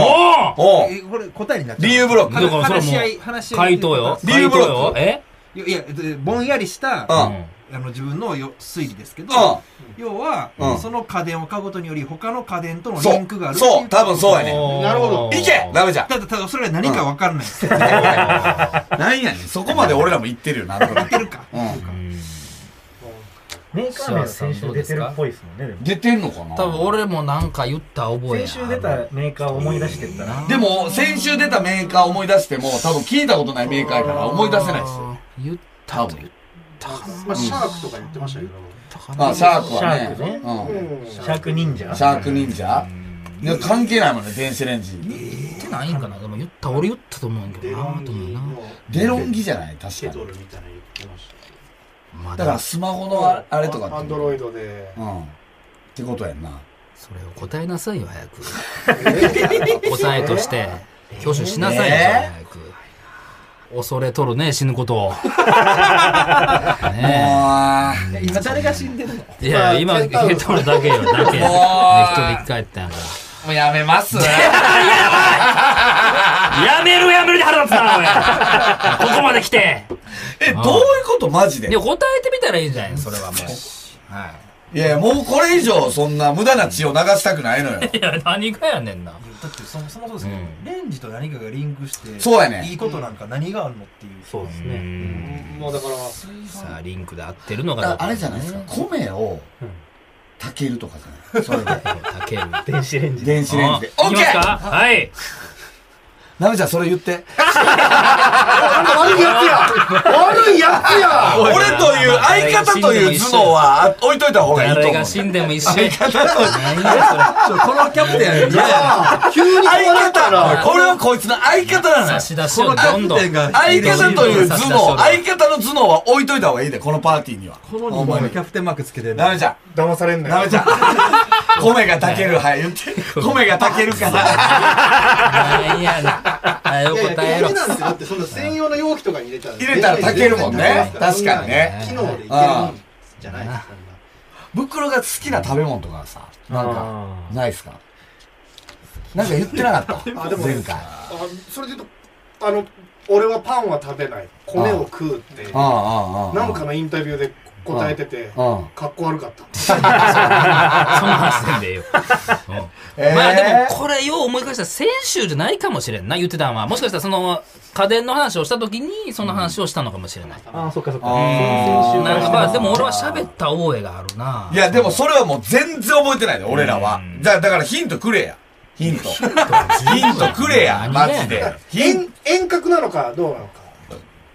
S2: お
S3: おう
S4: えこれ答えになっちゃう
S3: 理由ブロッ
S2: だから
S4: 話
S2: そ
S4: し合
S2: れ
S4: い
S2: も
S4: 話し
S2: う、
S4: 合い
S2: 回答よ。
S3: 理由ブロック
S2: 回答よえ
S4: いやいやぼんやりした
S3: う。
S2: うんん
S4: あの自分のよ推理ですけど、
S3: うん
S4: 要は、
S3: うん
S4: その家電を買うことにより他の家電との
S3: そ
S4: リンクがあ
S3: う。
S4: るってい
S3: そう、多分そうやねん。
S2: ね
S5: なるほど
S3: いけダメじゃん。
S4: ただただそれは何か分からないです、言
S3: なんやねん。そこまで俺らも言ってるよ、なんとな
S4: って
S3: く。
S4: るか、
S3: うん
S7: メーカー名先週出てるっぽいですもんね。でも
S3: 出てんのかな
S2: 多分俺もなんか言った覚え
S7: 先週出たメーカーを思い出してったら、
S3: でも、先週出たメーカー思い出しても、多分聞いたことないメーカーやから思い出せないですよ。
S2: 言ったと言ったかな
S5: まあ、シャークとか言ってましたけど。
S3: あ、シャークはね。
S7: シャーク
S5: うん
S7: シャーク忍者
S3: うん。シャーク忍者いや、関係ないもんね、電子レンジ。
S2: 言ってないんかなでも言った俺言ったと思うんやけ
S5: デ
S2: ど
S5: ロ
S2: な
S5: ン
S2: と
S5: ギ
S2: 思うな
S5: の
S3: デロンギじゃない確
S5: ケ
S3: か
S5: ト
S3: に。
S5: ルみたいなの言ってました。
S2: まあ
S3: だか
S2: だからら
S3: スマホのああれとかって
S5: アンドロイドで。
S3: うん。ってことやんな。
S2: それを答えなさいよ早く
S5: え
S2: 答えとして挙手しなさいよ
S3: ねえ
S2: 早く恐れとるね死ぬことをね
S3: あ
S4: 今誰が死んでるの
S2: えいや今ヘッドのだけ よだけね一人一回やったんやか
S3: ーもうやめます。
S2: らやめるやめるで腹立つなおいここまで来て
S3: え、どういうことマジで
S2: いや答えてみたらいいんじゃないそれはもうはい
S3: やいや、もうこれ以上そんな無駄な血を流したくないのよ。
S2: いいや何がやねんな
S4: だってそもそもそうですけど、
S2: うん
S4: レンジと何かがリンクして
S3: そうやね
S4: いいことなんか何があるのっていう
S7: そうです
S2: う
S7: ね。
S2: ん
S5: もうだから、
S2: さあリンクで合ってるのが
S3: だからあれじゃないですか。米を炊けるとかじゃない。それで。
S2: かける
S7: 電子レンジ。
S3: 電子レンジで。オッ
S2: いき
S3: ケ
S2: ます
S3: ー
S2: かはい
S3: なめちゃん、それ言って。
S5: なんか悪いやつや悪いやつや
S3: 俺という相方という頭脳はあ置いといた方がいいと
S2: 誰
S3: 思う
S2: が。死んでも一緒や
S4: このキャプテン
S3: いや急に相方これはこいつの相方なのよ
S2: 差し出しをどんどん
S4: が
S3: 相方という頭
S2: 差し出し
S3: 脳
S2: を
S3: 相方の頭脳は置いといた方がいいでこのパーティーには
S4: この2本のキャプテンマークつけてる
S3: ダメじゃん
S5: 騙されんな
S3: ダメじゃん米が炊けるはい言って米が炊けるから
S2: なんやなはいお
S5: いやいや、
S2: 答え
S5: ダ
S2: ろ
S5: メなんですよ。だって、その専用の容器とかに入れたら。
S3: 入れたら炊けるもんね確かにね
S5: 機能でいけるもんじゃないですか。
S3: 袋が好きな食べ物とかさなんか
S7: あ
S3: ないっすかなんか言ってなかった
S5: あでも
S3: 前回
S5: あそれで言うと、あの、俺はパンは食べない。米を食うって、
S3: ああああ
S5: なんかのインタビューで答えてて、
S3: うん
S5: かっこ悪かった。
S2: そんな話せんでええよ
S3: えー
S2: まあでもこれよう思い返したら先週じゃないかもしれんな言ってたのはもしかしたらその家電の話をした時にその話をしたのかもしれない
S7: あー、そっかそっか。
S3: あー
S7: 先々週
S2: なんか
S7: か
S2: ま
S7: ら
S2: あでも俺は喋った覚えがあるない
S3: や、でもそれはもう全然覚えてないで、俺らは。だだからヒントくれや。ヒント。ヒントくれや、マジで。ヒン
S5: 遠遠隔なのかどうなのか。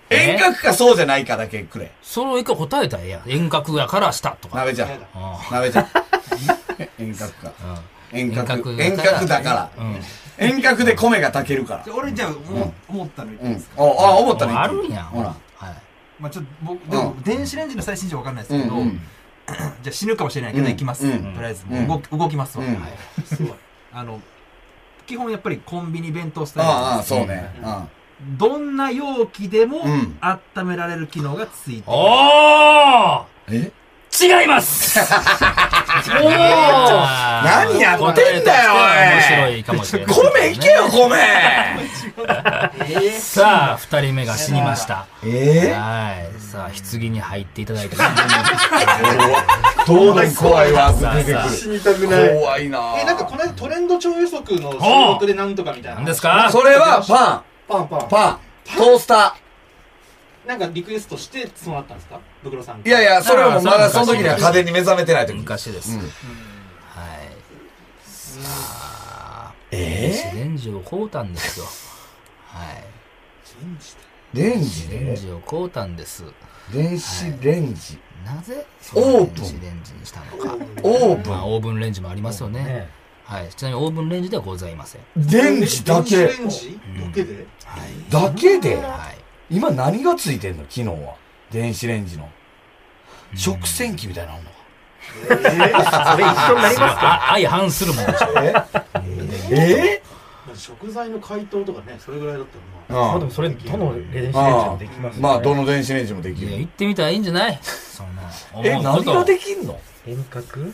S3: 遠隔かそうじゃないかだけくれ。
S2: それを一回答えたらええやん遠隔やからしたとか
S3: 鍋ちゃん。
S2: あ
S3: 鍋ちゃん。 遠隔か。
S2: あ
S3: 遠隔。
S2: うん
S3: 遠隔だから。
S2: うん
S3: 遠隔で米が炊けるから
S4: じゃ。あ俺じゃあもう思ったの言って
S3: う
S4: いい
S3: ん
S4: ですか、。
S3: あ、あ、思ったね。
S2: あるんや
S3: ほら。
S2: はい
S4: まあちょっと僕でも
S3: う
S4: 電子レンジの最新情報わかんないで
S3: う
S4: す
S3: ん
S4: けど、
S3: うん。
S4: じゃあ死ぬかもしれないけど
S3: うん
S4: 行きます、
S3: うん
S4: とりあえず
S3: うん
S4: もう動き,、動きますわ、
S3: うん
S4: はいすごいあの基本やっぱりコンビニ弁当スタイル
S3: あ
S4: なん
S3: あ、
S4: です
S3: そうね。うん
S4: どんな容器でも
S3: うん
S4: 温められる機能がついてる、
S2: おー
S3: え
S2: 違います おお
S3: 何
S2: 何
S3: やってんだよ
S2: 面白いかもしれない、
S3: 米いけよ、米
S2: さあ、二人目が死にました。
S3: え
S2: はい。さあ、棺に入っていただ いて。
S3: どうだ怖いわ、出て
S5: 死にたく
S3: く
S5: ない。
S3: る。
S5: え、
S3: 怖いな
S5: なんかこの間トレンド超予測の収録でなんとかみたいな。
S2: 何ですか
S3: それはパン。
S5: パンパン。
S3: パン、トースタ
S5: なんかリクエストして募ったんですかブクロさん
S3: ー。いやい
S5: や。
S3: や、それはもうまだその時には家電に目覚めてない時。
S2: 昔です。
S3: うん
S2: はい。さあ、
S3: え
S2: 電子レンジを買うたんですよ。はい。
S3: レン
S2: レンジを買うたんです。
S3: 電子レンジ。
S2: なぜ、
S3: オープン
S2: 電子レンジにしたのか。
S3: オー
S2: まあ、オーブンレンジもありますよね。
S7: ね
S2: はい。ちなみにオーブンレンジではございません。
S3: ン。電池だけ
S5: 電。子レンジだけで
S3: だけで
S2: はい。
S3: 今何がついてんの機能は。電子レンジの。食洗機みたいなのあんのか
S7: それ一緒になりますか
S2: あ相反するも んでしょ。
S3: え
S5: 食材の解凍とかね、それぐらいだったらまあ。
S3: うん
S7: まあでもそれ、どの電子レンジでもできますよね
S3: まあ、どの電子レンジもでき
S2: いや、
S3: る
S2: 行。ってみたらいいんじゃないそんな。
S3: え、
S2: 思
S3: 何
S2: うこと
S3: ができんの
S7: 遠隔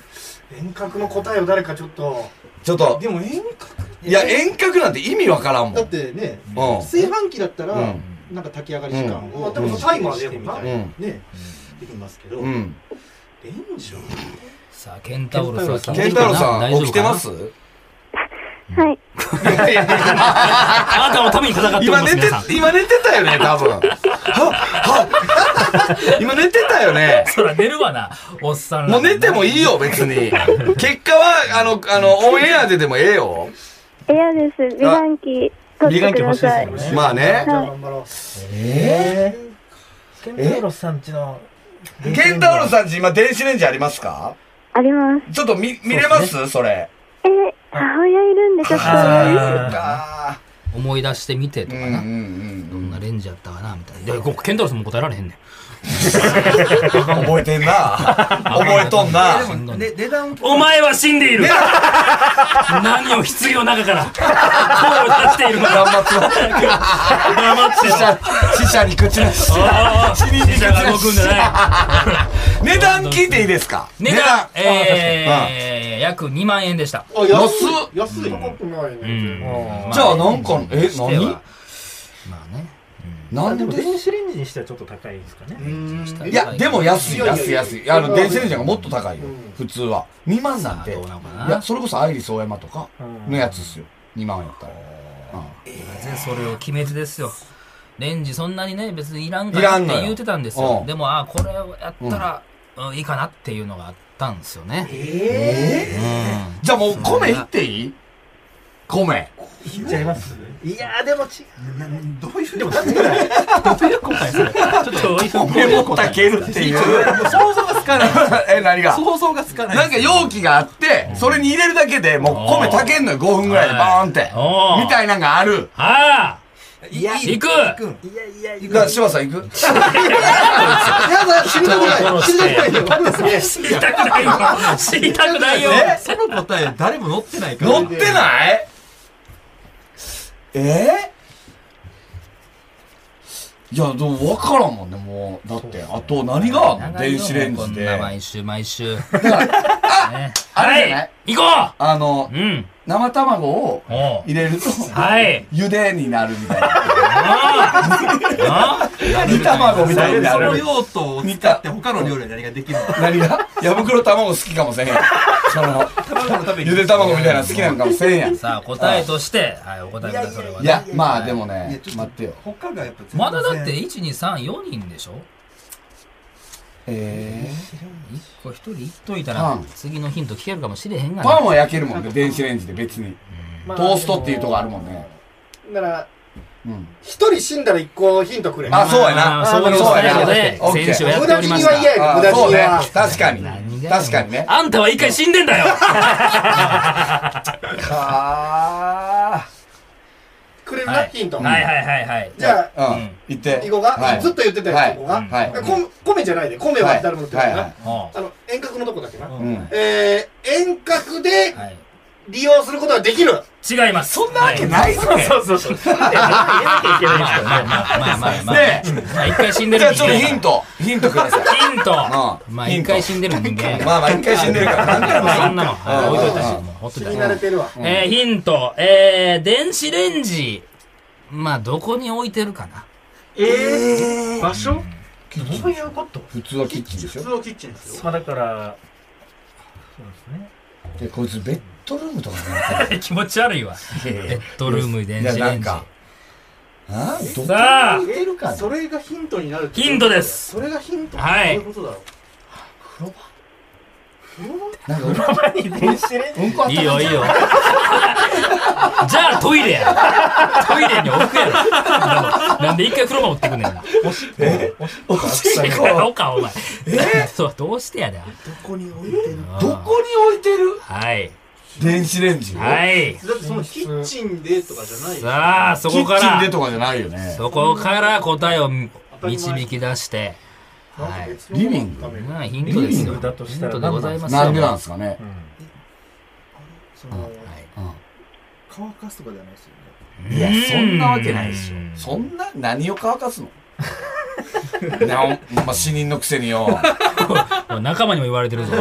S5: 遠隔の答えを誰かちょっと。
S3: ちょっと、
S5: でも遠隔
S3: いや、遠隔なんて意味わからんも
S5: だ
S3: ん
S5: っ。てね、
S3: うん
S5: 炊飯器だったら、
S3: うん
S5: なんか炊き上がり時間
S3: う
S5: を。まあでもそのタイマーでもんな
S3: うん
S5: ね。
S7: 出てきますけど、
S3: うん。
S7: レンジを
S2: さあ、ケンタウロスは
S3: ケンタロウさ
S2: 大
S3: ん、
S2: 丈夫か
S3: 起
S2: な
S3: きてます
S6: はい。
S2: あなたのために戦ってお
S3: 今
S2: ります、
S3: 寝て
S2: 皆さん。、
S3: 今寝てたよね、多 分。はは今寝てたよね。
S2: そら、寝るわな、おっさんら
S3: もう寝てもいいよ、別に。結果は、あの、あの、オンエアででもええよ。
S6: エアです。美顔器、取ってください。
S3: まあね。
S5: じゃあ頑張ろう。
S7: えー、ケンタウロスさんちの
S3: ケンタウロスさんち今電子レンジありますか
S6: あります。
S3: ちょっと見、見れますそれ。
S6: えー、母親いるんでちょっと。
S3: あ
S2: 思い出してみてと
S3: ー
S2: か
S3: うん
S2: な。
S3: うん
S2: どんなレンジやったかなみたいな。いや、こケンタロスも答えられへんねん。
S3: うん。覚えてんな。 覚えとんな。
S2: しんどい
S4: で、値段を聞く
S2: お前は死んでいる何を棺の中から声を出しているのか
S3: 頑張って
S2: 黙って
S3: 死者、死者に口出し。
S2: ああ死者が動くんじゃな
S3: 値
S2: い
S3: 段聞いていいですか
S2: 値段えー約2万円でした
S5: あ、
S3: 安っ
S5: 安い。高くないね。
S3: じゃあなんか、え、
S2: して
S3: 何
S2: はまあね
S3: な
S7: あで
S3: ん
S7: も
S3: で
S7: 電子レンジにしてはちょっと高いんですかね
S3: いや、でも安い、安い、安い。あの、電子レンジがもっと高いよ
S5: う
S3: 普
S5: ん。
S3: 通は。2万なんて。
S2: どうなのかない
S3: や、それこそアイリスオーヤマとか
S7: うん
S3: のやつっすよ。2万やったら。うん
S2: 全然それを決め手ですよレンジそんなにね別にいらんか
S3: い
S2: な
S3: ら
S2: っ
S3: んのよ
S2: て言うてたんです
S3: う
S2: よ
S3: ん
S2: でもああこれをやったら、うんいいかなっていうのがあったんですよね
S5: え
S2: うん
S3: じゃあもう米いっていい米。
S7: いっちゃいますいやーでも違う
S4: どういうふうにも
S2: ちょっとおいしそう
S3: 米も炊けるっていう。想像がつかない。 え、何が
S4: 想像がつかない。
S3: なんか容器があって、それに入れるだけでもう米炊けんのよ、5分ぐらいでバーンって
S2: お。ー
S3: みたいなのがある。
S2: ああ
S4: いや、
S2: 行く
S4: 行くん
S7: いやいやい
S3: だから、柴田さん行く
S5: やだ、死にたくない。死にたくないよ。
S2: 知りたくないよ知りたくないよ
S4: えその答え、誰も乗ってないから。
S3: 乗ってないえーいや、でも分からんもんね、もう。だって、あと何があんの電子レン
S2: こ
S3: ジ
S2: ん
S3: で。
S2: な
S3: あれ
S2: 毎週毎週。
S3: じゃない、
S2: い行こ
S3: あの
S2: う、うん。
S3: 生卵を
S2: おう
S3: 入れると、
S2: はい。
S3: 茹でになるみたいな。
S2: あ
S3: 煮卵みたいにな
S4: その
S3: る。
S4: 用途を使って他の料理は何ができる の
S3: 何が矢袋卵好きかもせんやん。そ の、
S4: 卵のために
S3: ゆで卵みたいなの好きなんかもせんやん。い
S2: さあ、答えとして、はい、お答えください。それはね
S3: や、まあでも
S4: いや
S3: ね
S4: ちょっ、と
S3: 待ってよ。
S4: 他がやっぱ全然
S2: まだだって、1、2、3、4人でしょ
S3: え
S2: ?1 個1人いっといた
S3: パ
S2: ら
S3: ン、
S2: 次のヒント聞けるかもしれへん
S3: ー
S2: がな
S3: パンは焼けるもんね、電子レンジで別に。
S7: まあ
S3: トーストっていうとこあるもんね。
S5: だから、
S3: うん。
S5: 一人死んだら一個ヒントくれ。
S3: あ、そうや
S2: ま
S3: な。
S2: あそういう
S3: そう
S2: スタイル
S3: や
S2: で
S3: な。オッケ
S2: 選手を
S3: ー。
S2: やっておりまし
S5: 無駄死には嫌
S2: た。
S5: や無
S3: あ
S5: 駄死
S3: そう
S5: に
S3: ね
S5: は。。
S3: 確かに
S2: 何。がやねん
S3: 確かにね。
S2: あんたは一回死んでんだよ
S3: は
S5: くれるな、ヒント。
S2: はいはいはいはい。
S5: じゃ
S3: あ。う
S2: うん
S3: ん。言って。
S5: あ、いこうか。ずっと言ってた
S3: は
S5: や
S3: い
S5: つ、いこうか。
S3: はい。
S5: こん米じゃないで、米は誰も持ってない
S3: はいはい
S5: な。
S2: おう
S5: あの、遠隔のとこだけな。
S3: うん。
S5: えー、遠隔で
S2: はい
S5: 利用することができる。
S2: 違います。そんな
S3: わけないっすね。
S7: そうそうそう入れなきゃいけないんですからね
S2: まあまあまあまあまあ。
S3: ねえ
S2: まあ一回死んで
S3: じ
S2: る
S3: ゃあ
S2: んで
S3: ちょっとヒント。ヒントください。
S2: ヒント
S3: うん
S2: まあ一回死んでる人間やから
S3: まあまあ一回死んでるから何回も
S2: そんなの、はい
S3: うん
S2: 置いといたし、もうほっと
S5: 気
S2: いた
S5: になれ
S2: し。
S5: てるわ。
S2: えー、ヒント。えー、電子レンジ。まあ、どこに置いてるかな。
S7: えー、場所どういうこと
S3: 普通はキッチンでしょ
S5: のキッチンですよ。
S7: まあだからそうですね
S3: でこいつベッドルームとかね
S2: 気持ち悪いわ。ベッドルーム、電
S3: い
S2: 子
S3: や
S2: レ
S3: なん
S2: ンジ。
S3: かあーどこ
S2: さあ
S3: に入れるかね
S5: それがヒントになるってこと
S2: ヒントです
S5: それがヒント
S2: はい
S5: どういうことだろう。
S3: なんか
S7: 電子レン
S3: うんこあっ
S2: い
S3: た
S2: いよ、いいよ。じゃあ、トイレや。トイレに置くやろ。なんで一回風呂場持ってくんねんな。
S3: おしっ
S2: やろ
S3: こ
S2: うか、お前。 そう、どうしてやで。
S3: どこに置いてる
S2: はい。
S3: 電子レンジ
S2: はい。
S5: だってそのキッチンでとかじゃないよ
S2: さあ、そ
S3: キ
S2: こか
S3: ッチン
S2: ら
S3: で。とかじゃないよね
S2: そこから答えを導き出して、はい。
S3: リビング
S2: まあ、ヒントですよ。
S7: リビングだとしたら
S2: ヒントでございますよ。
S3: なんでなんですかね
S4: その
S2: はい
S4: 乾かすとかじゃないですよね。
S3: いやそんなわけないですよそんな何を乾かすの なおまあ死人のくせによ
S2: おい仲間にも言われてるぞ。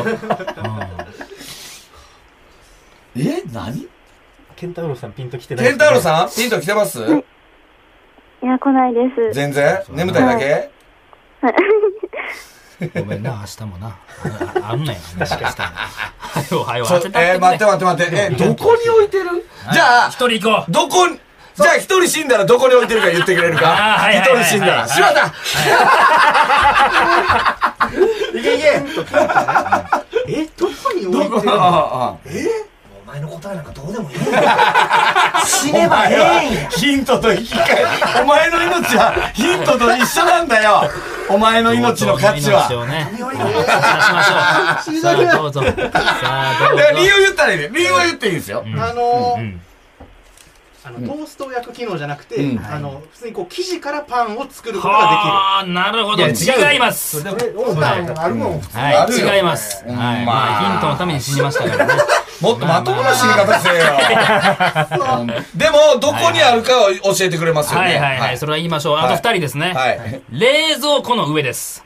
S3: え何
S7: ケンタウロスさんピンときてない
S3: ケンタウロス
S7: ん
S3: さんピンと来てます
S6: いや、来ないです。
S3: 全然眠たいだけ
S2: ごめんな、明日もな。ああんのやな、確かはよ、はよ、
S3: そ
S2: 当
S3: う
S2: てた
S3: えー、待って
S2: く
S3: 待って待って。えー、どこに置いてるじゃあ、
S2: れ一人行こう。
S3: どこに、じゃあ一人死んだらどこに置いてるか言ってくれる
S2: あー
S3: か
S2: はい
S3: 一
S2: はいはいは
S3: 人
S2: い
S3: 死んだら。柴田
S5: いけいけえ、どこに置 いてる
S3: あー
S5: の
S3: あー
S4: お前の答えなんかどうでもいい んだよ死ねばええんや
S3: ヒントと引き換え。お前の命はヒントと一緒なんだよ。お前の命の価値は。
S2: 命
S3: だ
S2: をね。
S4: より
S2: 出しましょう。さあ、どうぞ。さあ、どうぞ
S3: から理由言ったらいいね。理由は言っていいですよ。
S2: うん
S5: あの
S2: う
S5: ー
S2: ん
S5: あの、トーストを焼く機能じゃなく
S3: う
S5: て、
S3: ん
S5: あの、普通にこう、生地からパンを作ることが
S2: はあ、なるほど。
S3: いや違う
S2: 違います。
S5: できる。あるもん。
S3: あ
S2: は
S3: るよ
S2: い、違います。
S3: う
S2: は
S3: ん
S2: い、
S3: まあ
S2: まあ、ヒントのために死にましたからね。
S3: もっとまともな死に方せえよ。でも、どこにあるかを教えてくれますよね。
S2: はいはいはい、それは言いましょう。あと
S3: はい
S2: 二人ですね。
S3: はい。
S2: 冷蔵庫の上です。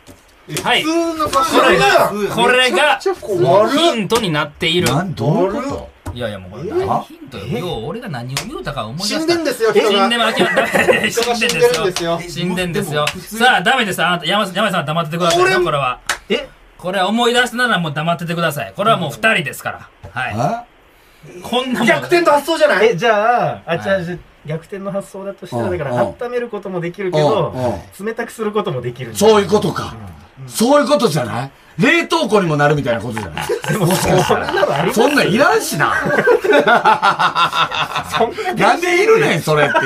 S2: はい。こ
S5: 普通の格
S2: れが、
S5: 好
S2: これが、
S5: ちゃ困
S2: ヒントになっている。
S3: なん、どういうこ
S2: いやいや、もうこれ、
S3: ー
S2: ヒントよ。よう俺が何を言うたか思い出
S5: 死
S2: し
S5: んで
S2: た
S5: ん。ですよ、人
S2: 死ん
S5: が
S2: で。も、あきらめ死
S5: 人が
S2: ん
S5: 死んで
S2: でん
S5: るん
S2: で
S5: ですす
S2: よ。
S5: よ。
S2: 死んでんですよ。さあ、ダメです。あなた、山山さん黙っててくださいよ。
S5: これ
S2: これは。えこれは思い出したならもう黙っててください。これはもう二人ですから。
S3: と
S2: は
S3: あ
S2: い。こんなもん。
S5: 逆転の発想じゃない
S7: え、じゃあ、あ、じゃ
S2: は
S7: あ、じゃあ逆転の発想だとしたら、だか
S3: うん
S7: ら、温めることもできるけ
S3: う
S7: ど
S3: ん、
S7: 冷たくすることもできる。
S3: そういうことか。そういうことじゃない冷凍庫にもなるみたいなことじゃない
S7: でも、そんなのあり
S3: そんなんいらんしな。
S7: そんな
S3: なんでいるねん、それっていう。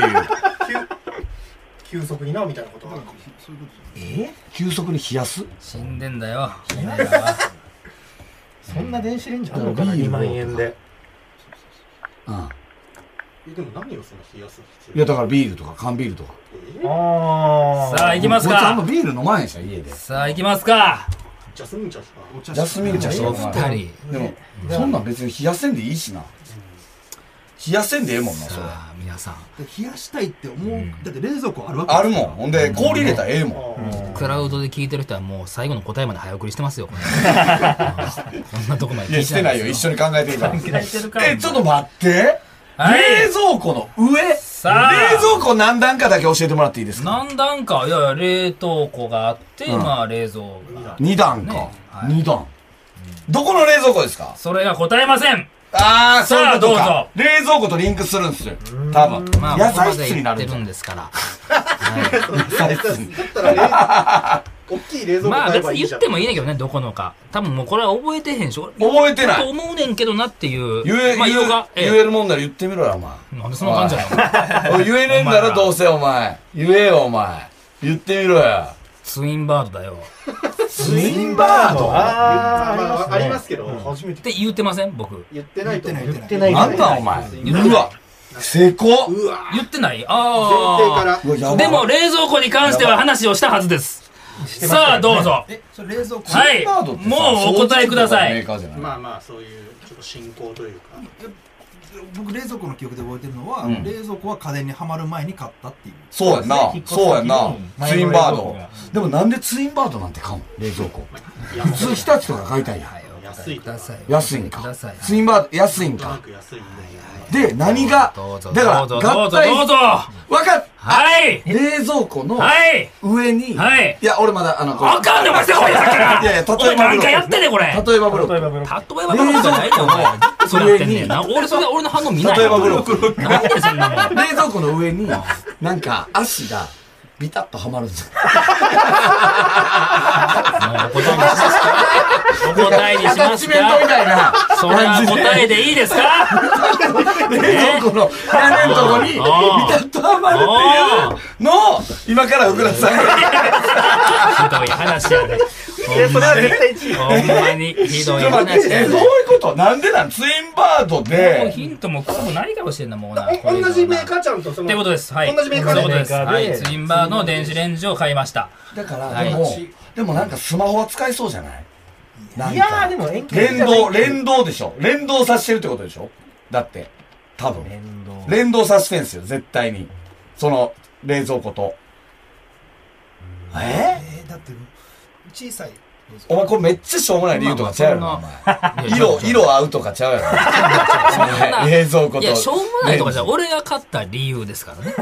S5: 急速にな、みたいなことがあるかもし
S3: 急速に冷やす
S2: 死んでんだよ。死んでんだよ。
S7: そんな電子レンジあるのかな
S3: ビールを
S7: ?2 万円で。
S3: うん。
S5: れない。でも何をその冷やす必
S3: いや、だからビールとか缶ビールとか。
S7: あ
S2: さあ、行きます
S3: こいつあんま
S2: か。
S3: ビール飲まへんしゃ、家で。
S2: さあ、行きますか。
S5: 要ジャスミン茶しか。
S3: ジャスミン茶しようか
S2: 二人。
S3: でも、そんなん別に冷やせんでいいしな。冷やせんでええもんな、それ。
S2: さあ、皆さん。
S8: 冷やしたいって思う、だって冷蔵庫あるわけ
S3: あるもん。ほんで、氷入れたらええもん。
S2: クラウドで聞いてる人はもう最後の答えまで早送りしてますよ。これうんこんなとこまで
S3: いや、してないよ。一緒に考えてるから。
S2: に。してるから
S3: え、ちょっと待って。
S2: はい
S3: 冷蔵庫の上冷
S2: さあ
S3: 蔵庫何段かだけ教えてもらっていいですか
S2: 何段か、いやいや、冷凍庫があって、
S3: ん
S2: まあ、冷蔵庫が。
S3: ?2 段か
S2: ね。はい
S3: 2段。どこの冷蔵庫ですか
S2: それが答えません
S3: あー、そういうこと
S2: さあ
S3: か。冷蔵庫とリンクするんですよ。多分。
S2: まあ、
S3: 野
S2: ここ
S3: 菜
S2: まで
S3: 室に
S2: 言
S3: な
S2: っ
S3: る
S2: て
S3: んだ
S2: るんですから。
S5: だったらね、大きい冷蔵
S2: ま
S5: 庫
S2: あ、
S5: 買え
S2: 別
S5: ばい
S2: に
S5: い
S2: 言
S5: じゃ
S2: っ
S5: ん
S2: て。もいいねんけどね、どこのか。多分もうこれは覚えてへんし、覚
S3: 覚えてない
S2: と。思うねんけどなっていう。
S3: 言え、
S2: まあ、
S3: 言え
S2: うが、え
S3: 言えるもんなら言ってみろよ、お前。
S2: え。なんでそんな感じやの
S3: おい言えねえんだろ、どうせお前。言えよ、お前。言ってみろよ。
S2: ツインバードだよ。
S3: ツインバード
S5: まあ
S7: あ
S5: まあありますけど、
S2: って言うてません僕。
S5: 言ってないと思う。
S8: 言ってない言って
S3: な
S7: ない
S3: んだお前。うわ。成功うわ。
S2: 言ってない
S5: 前提か
S2: あ
S5: ら。
S2: あ。
S3: やば
S2: でも、冷蔵庫に関しては話をしたはずです。さあ、どうぞ。
S8: えそれ冷蔵庫
S2: は
S3: ツイ
S2: い
S3: ンバードって。さ
S2: もうお答えください。
S3: 正直とかのメーカーじゃない
S5: まあまあ、そういう、ちょっと進行というか。
S8: 僕冷蔵庫の記憶で覚えてるのは、
S3: うん
S8: 冷蔵庫は家電にはまる前に買ったっていう
S3: そうやんな
S7: 引っ。越す時
S3: そうやんな
S7: に。
S3: ツインバー
S7: 前の冷蔵庫
S3: ド
S7: が。
S3: でもなんでツインバードなんて買うの冷蔵庫。普通
S5: 安い。
S3: 日立とか買いたいやん。
S5: 安い。
S3: 安いんか。ツインバード、安いん
S5: な
S3: か。
S5: んか安い。
S3: で、何が、
S2: どうぞ、
S3: だ
S2: どうぞ、
S3: から、
S2: どう
S3: 合
S2: ぞ、
S3: 体、
S2: どうぞ。
S3: わかっ
S2: はい
S3: 冷蔵庫の
S2: はい
S3: 上に、
S2: はい
S3: いや、俺まだ、あの、こう
S2: あかんねん、お前、せこいやから。
S3: いやいや例えば
S2: お前、なんかやってね、これ。例え
S3: 例えばブロ
S7: 例え
S3: ッ
S7: ば
S3: ク。
S7: ブロッ
S2: ばブロックじゃないよ、お前。そうやってんね んな。俺、それ、俺の反応見ない。
S3: 例えばブロ
S2: ック。なんでそんなもん。
S3: 冷蔵庫の上に、なんか、足が、ビタッとはまるんですよ。
S2: お答えにしますか。お答えに
S3: ア
S2: し
S3: タッ
S2: ま
S3: チ
S2: す
S3: メントみ
S2: か。
S3: たいな
S2: それは
S3: 感じで。
S2: 答えでいいですか
S3: 冷蔵庫の屋根のとこに、ビタッとはまるっていうのを、今から福田さんが
S2: ひどい話やね。
S7: いや、それは絶対1位。
S2: ほんまにひどい
S3: ちょっと待っ
S2: 話
S3: て、え、ど
S2: や
S3: うい
S2: ね
S3: う。ことなんでなんツインバード
S2: もう
S3: で、
S2: ヒントもクソもないかもしれんな、もうな。これ以上
S5: 同
S2: な
S5: じメーカーちゃんとその。
S2: ってことです。はい。
S5: 同じメーカー
S2: そういう
S5: で
S2: ことです。
S7: メーカー
S2: は
S7: で
S2: い。ツインバーの電子レンジを買いました。
S3: だから、
S2: はい
S3: でも、でもなんかスマホは使えそうじゃないなん
S7: いやー、
S3: か、
S7: でも円形
S3: 連
S7: じゃない
S3: 動、連動でしょ連動させてるってことでしょだって、多分。
S7: 連動。
S3: 連動させてんすよ、絶対に。その、冷蔵庫と。え
S8: えー、だって小さい
S3: お前これめっちゃしょうもない理由とかちゃうやろ、
S2: まあ
S3: お
S2: ま
S3: 前。色、 色合うとかちゃうやろ。お 前冷蔵庫と。
S2: いや、しょうもないとかじゃ、
S3: ね
S2: 俺が勝った理由ですからね。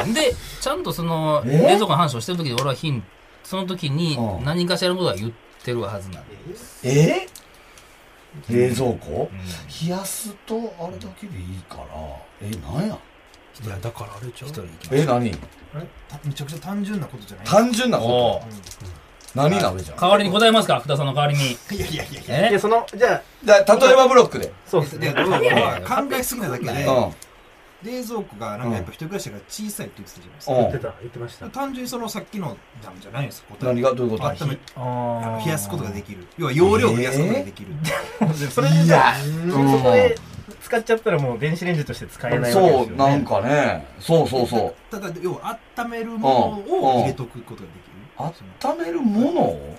S2: はい。で、ちゃんとその、冷蔵庫の話をしてる時に、俺はヒンその時に
S3: うん
S2: 何かしらのことは言っってるはずなんで。
S3: え冷蔵庫
S2: うん
S3: 冷やすとあれだけでいいからえなんや
S8: いやだからあれちゃう
S2: 一人行きま
S3: え何
S8: あれためちゃくちゃ単純なことじゃない
S3: 単純なこ
S2: おう
S3: と何鍋じゃん
S2: 代わりに答えますか福田さんの代わりに。
S8: いやいやいやいや
S2: え
S7: で、その、じゃあ、
S3: じゃあ例えばブロックで
S7: そうです
S8: い
S7: ね
S8: や。要は考えすぎなだけ
S3: う
S8: で
S3: んうん
S8: 冷蔵庫がなんかやっぱ一人暮らしだから小さいって言ってたじゃないですか
S7: 言ってた、言ってました。
S8: 単純にそのさっきのダメじゃないんですよ答
S3: 何
S8: え
S3: がどういうこと
S8: 温めあ
S7: あ
S8: の冷やすことができる要は容量を増やすことができる、
S7: それでじゃあ、そ
S3: うん
S7: こで使っちゃったらもう電子レンジとして使えないわけ
S3: そ
S7: ですよ、ね。
S3: うなん。かねそうそうそう
S8: ただ要は温めるものを入れとくことができる
S3: 温
S8: そ
S3: めるも のを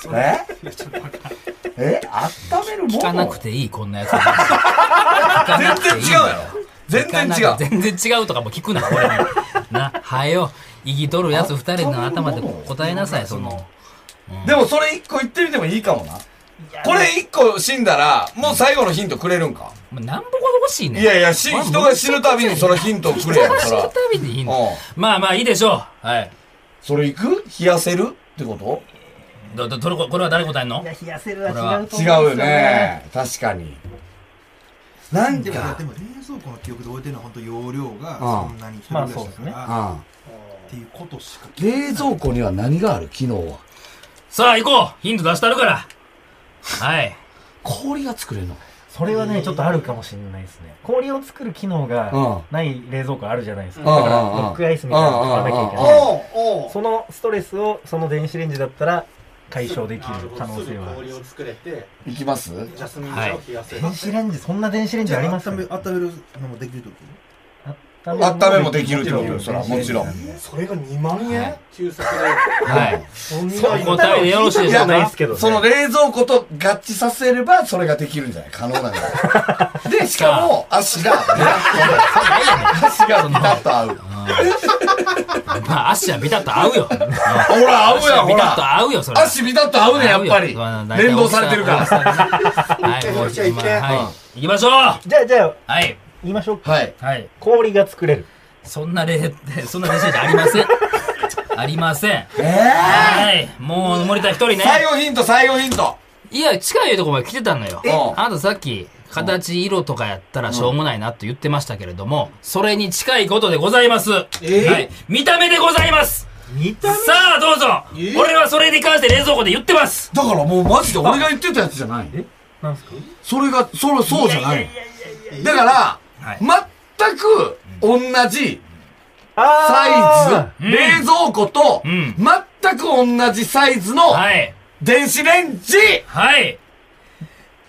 S8: その
S3: え
S8: いやちょっと待って
S3: え温めるもの
S2: 聞かなくていい、こんなやつ。聞かなくていい
S3: 全然違うよ全然違う
S2: 全然違うとかも聞くな、俺に。な、はよ、生きとるやつ二人の頭で答えなさい、その。
S3: でもそれ一個言ってみてもいいかもなこれ一個死んだらもう最後のヒントくれるんか
S2: もうなんぼこと欲しいねん
S3: いやいやし人が死ぬたびにそのヒントくれやんそ
S2: 知る
S3: ら
S2: たびにいいの。
S3: うん
S2: まあまあいいでしょう。はい。
S3: それいく冷やせるってこと
S2: ど、ど、どれここれは誰答えんの
S7: いや、冷やせるは違うと思うんです
S3: 違う
S7: よ、
S3: よ。ね確かになん
S8: でも
S3: か
S8: でも冷蔵庫の記憶で置いてるのは本当容量がそんなに一人暮らしだから、
S3: うん
S8: っていうことしか
S3: 冷蔵庫には何がある機能は
S2: さあ行こうヒント出してあるからはい。
S3: 氷が作れるの
S7: それはね、ちょっとあるかもしれないですね。氷を作る機能
S3: うん
S7: がない冷蔵庫あるじゃないですか。
S3: うん
S7: だから、
S3: うんうん
S7: ロックアイスみたいなの買わなきゃいけ
S3: うんうん
S7: ない。
S5: おうおう
S7: そのストレスを、その電子レンジだったら解消できる可能性は
S5: すぐ
S7: ある
S5: 氷。を作れて
S3: いきます
S5: ジャスミン茶を冷やせる
S7: 電子レンジ、そんな電子レンジ
S8: じゃ
S7: あ
S8: あ
S7: り
S8: 温
S7: ます
S8: め温めるのもできるとき
S7: 温
S3: 温めもできるってことそらもちろん
S5: それが2万円急速で
S2: はい。
S5: そん
S2: そ
S5: な
S2: う答えでよろしいで
S7: い
S2: しょ
S7: や、
S2: う
S7: ない
S2: か
S7: ですけど、ね。
S3: その冷蔵庫と合致させればそれができるんじゃない可能なんじゃ ないでしかも足が足がピタッと合う
S2: まあ足はビタッと合う よ。うん
S3: ほら合うやん
S2: ビ
S3: ほ
S2: タッと
S3: ら
S2: 合うよ、それ。
S3: 足ピタッと合うねやっぱり連動されてるから
S2: ら。はい、もう、まあはい。行きましょう
S7: じゃあ、じゃあ、
S2: はい。
S7: 言いましょうか。
S3: はい
S2: はい。
S7: 氷が作れる。
S2: そんな例、 そんなレシートありません。ありません。
S3: えー
S2: はい。もう、森田一人ね。
S3: 最後ヒント最後ヒント
S2: いや、近いとこまで来てたのよ
S3: え。
S2: あなたさっき、形、色とかやったらしょうもないなと言ってましたけれども、それに近いことでございます。はい。見た目でございます
S7: 見た
S2: さあ、どうぞ俺はそれに関して冷蔵庫で言ってます
S3: だからもうマジで俺が言ってたやつじゃない
S7: なんですか
S3: それが、それそうじゃないだから、
S2: はい
S3: 全く同じサ
S7: あ
S3: イズ、冷蔵庫と、
S2: うん
S3: 全く同じサイズの
S2: はい。
S3: 電子レンジ、
S2: はい。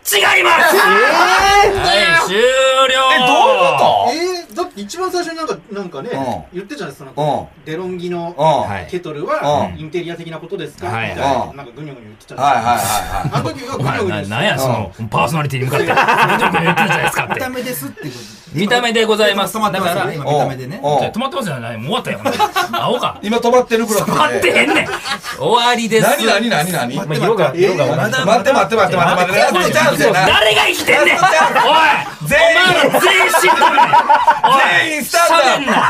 S2: 違いますはい、終了
S3: え、どういうこ
S5: えー、だって一番最初になんかなんかね、
S3: うん
S5: 言ってたじゃないですかなん
S3: とう
S5: か、
S3: ん。
S5: デロンギ
S3: う
S5: の
S3: ん。
S2: は
S3: はいい
S5: ケトルは
S3: うん
S5: インテリア的なことですか、
S2: はい
S5: みたいな、
S3: うん
S5: なんかぐにょぐにょ言ってたじゃ
S3: はい
S5: ないです
S3: はい
S5: かあの時は
S2: お
S5: ぐに
S2: 前
S5: ょぐにょ
S2: な、
S5: して
S2: なんや、その、パーソナリティに向かって、ぐちょぐちょ言ってるじゃないですかっ
S8: 見た
S2: て。
S8: 目ですってこと
S2: 見た目でございます。
S8: 止ま
S2: だ
S8: って
S2: か
S8: ますよね
S2: ら、じ
S8: 今
S2: ゃ
S3: うん
S8: 見た目でね
S3: うん
S2: あ止まってますよね。もう終わったよ。青 か
S3: い。。今止まってるブロック
S2: 止まって
S3: で。
S2: へんねん終わりです。
S3: 何何何何
S7: ーまあ、色が、色が同じ。
S3: 待って待って待って待って待って。ラストチャンスやな。
S2: 誰が生きてんねんおいお前
S3: ラストチャンス
S2: ら全員死んだねん
S3: 全員スタンダー
S2: おい喋んなわ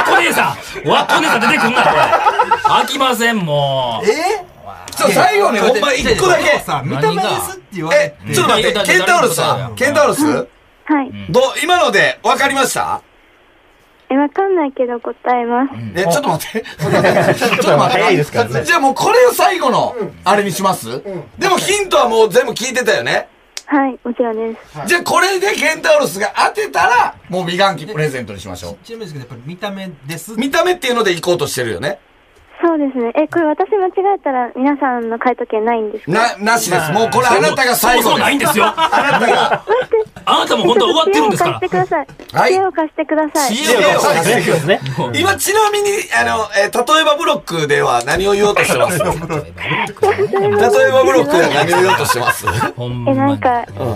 S2: っこ姉さんわっこ姉さん出てくんなおい飽きませんもう
S3: ちょ、最後にほんま一個だけ。
S8: さ見た目ですって言われ
S3: え
S8: て、
S3: ちょっと待って、ケンタウロスさんケンタウロス
S6: はい。
S3: どう、今ので分かりました
S6: え、わかんないけど答えます。
S3: え、ちょっと待って。
S7: ちょっと早いですからね
S3: じ。ゃあもうこれを最後の、あれにします、でもヒントはもう全部聞いてたよね、
S6: はい、もちろんです。
S3: じゃあこれでケンタウロスが当てたら、もう美顔器プレゼントにしましょ
S8: ちなみにですけどやっぱり見た目です
S3: う。見た目っていうので行こうとしてるよね。
S6: そうですね。え、これ私間違えたら皆さんの回答権ないんですか
S3: な、なしです。もうこれあなたが最
S2: そ
S3: 後
S2: う
S3: で
S2: ないんですよあ
S3: あなたが、
S2: なたも本当は終わってるんですから
S6: ちょっと知恵を貸してくださ
S3: はい
S6: い。知
S3: 知恵
S2: 知
S6: 恵を貸してください。
S2: 恵
S3: を
S2: を
S3: 貸して
S7: 早いですね。
S3: 今ちなみに、あの、えー例えばブロックでは何を言おうとしてます例えばブロックでは何を言おうとしてます
S2: ほんま
S6: え、
S2: に
S6: なんか、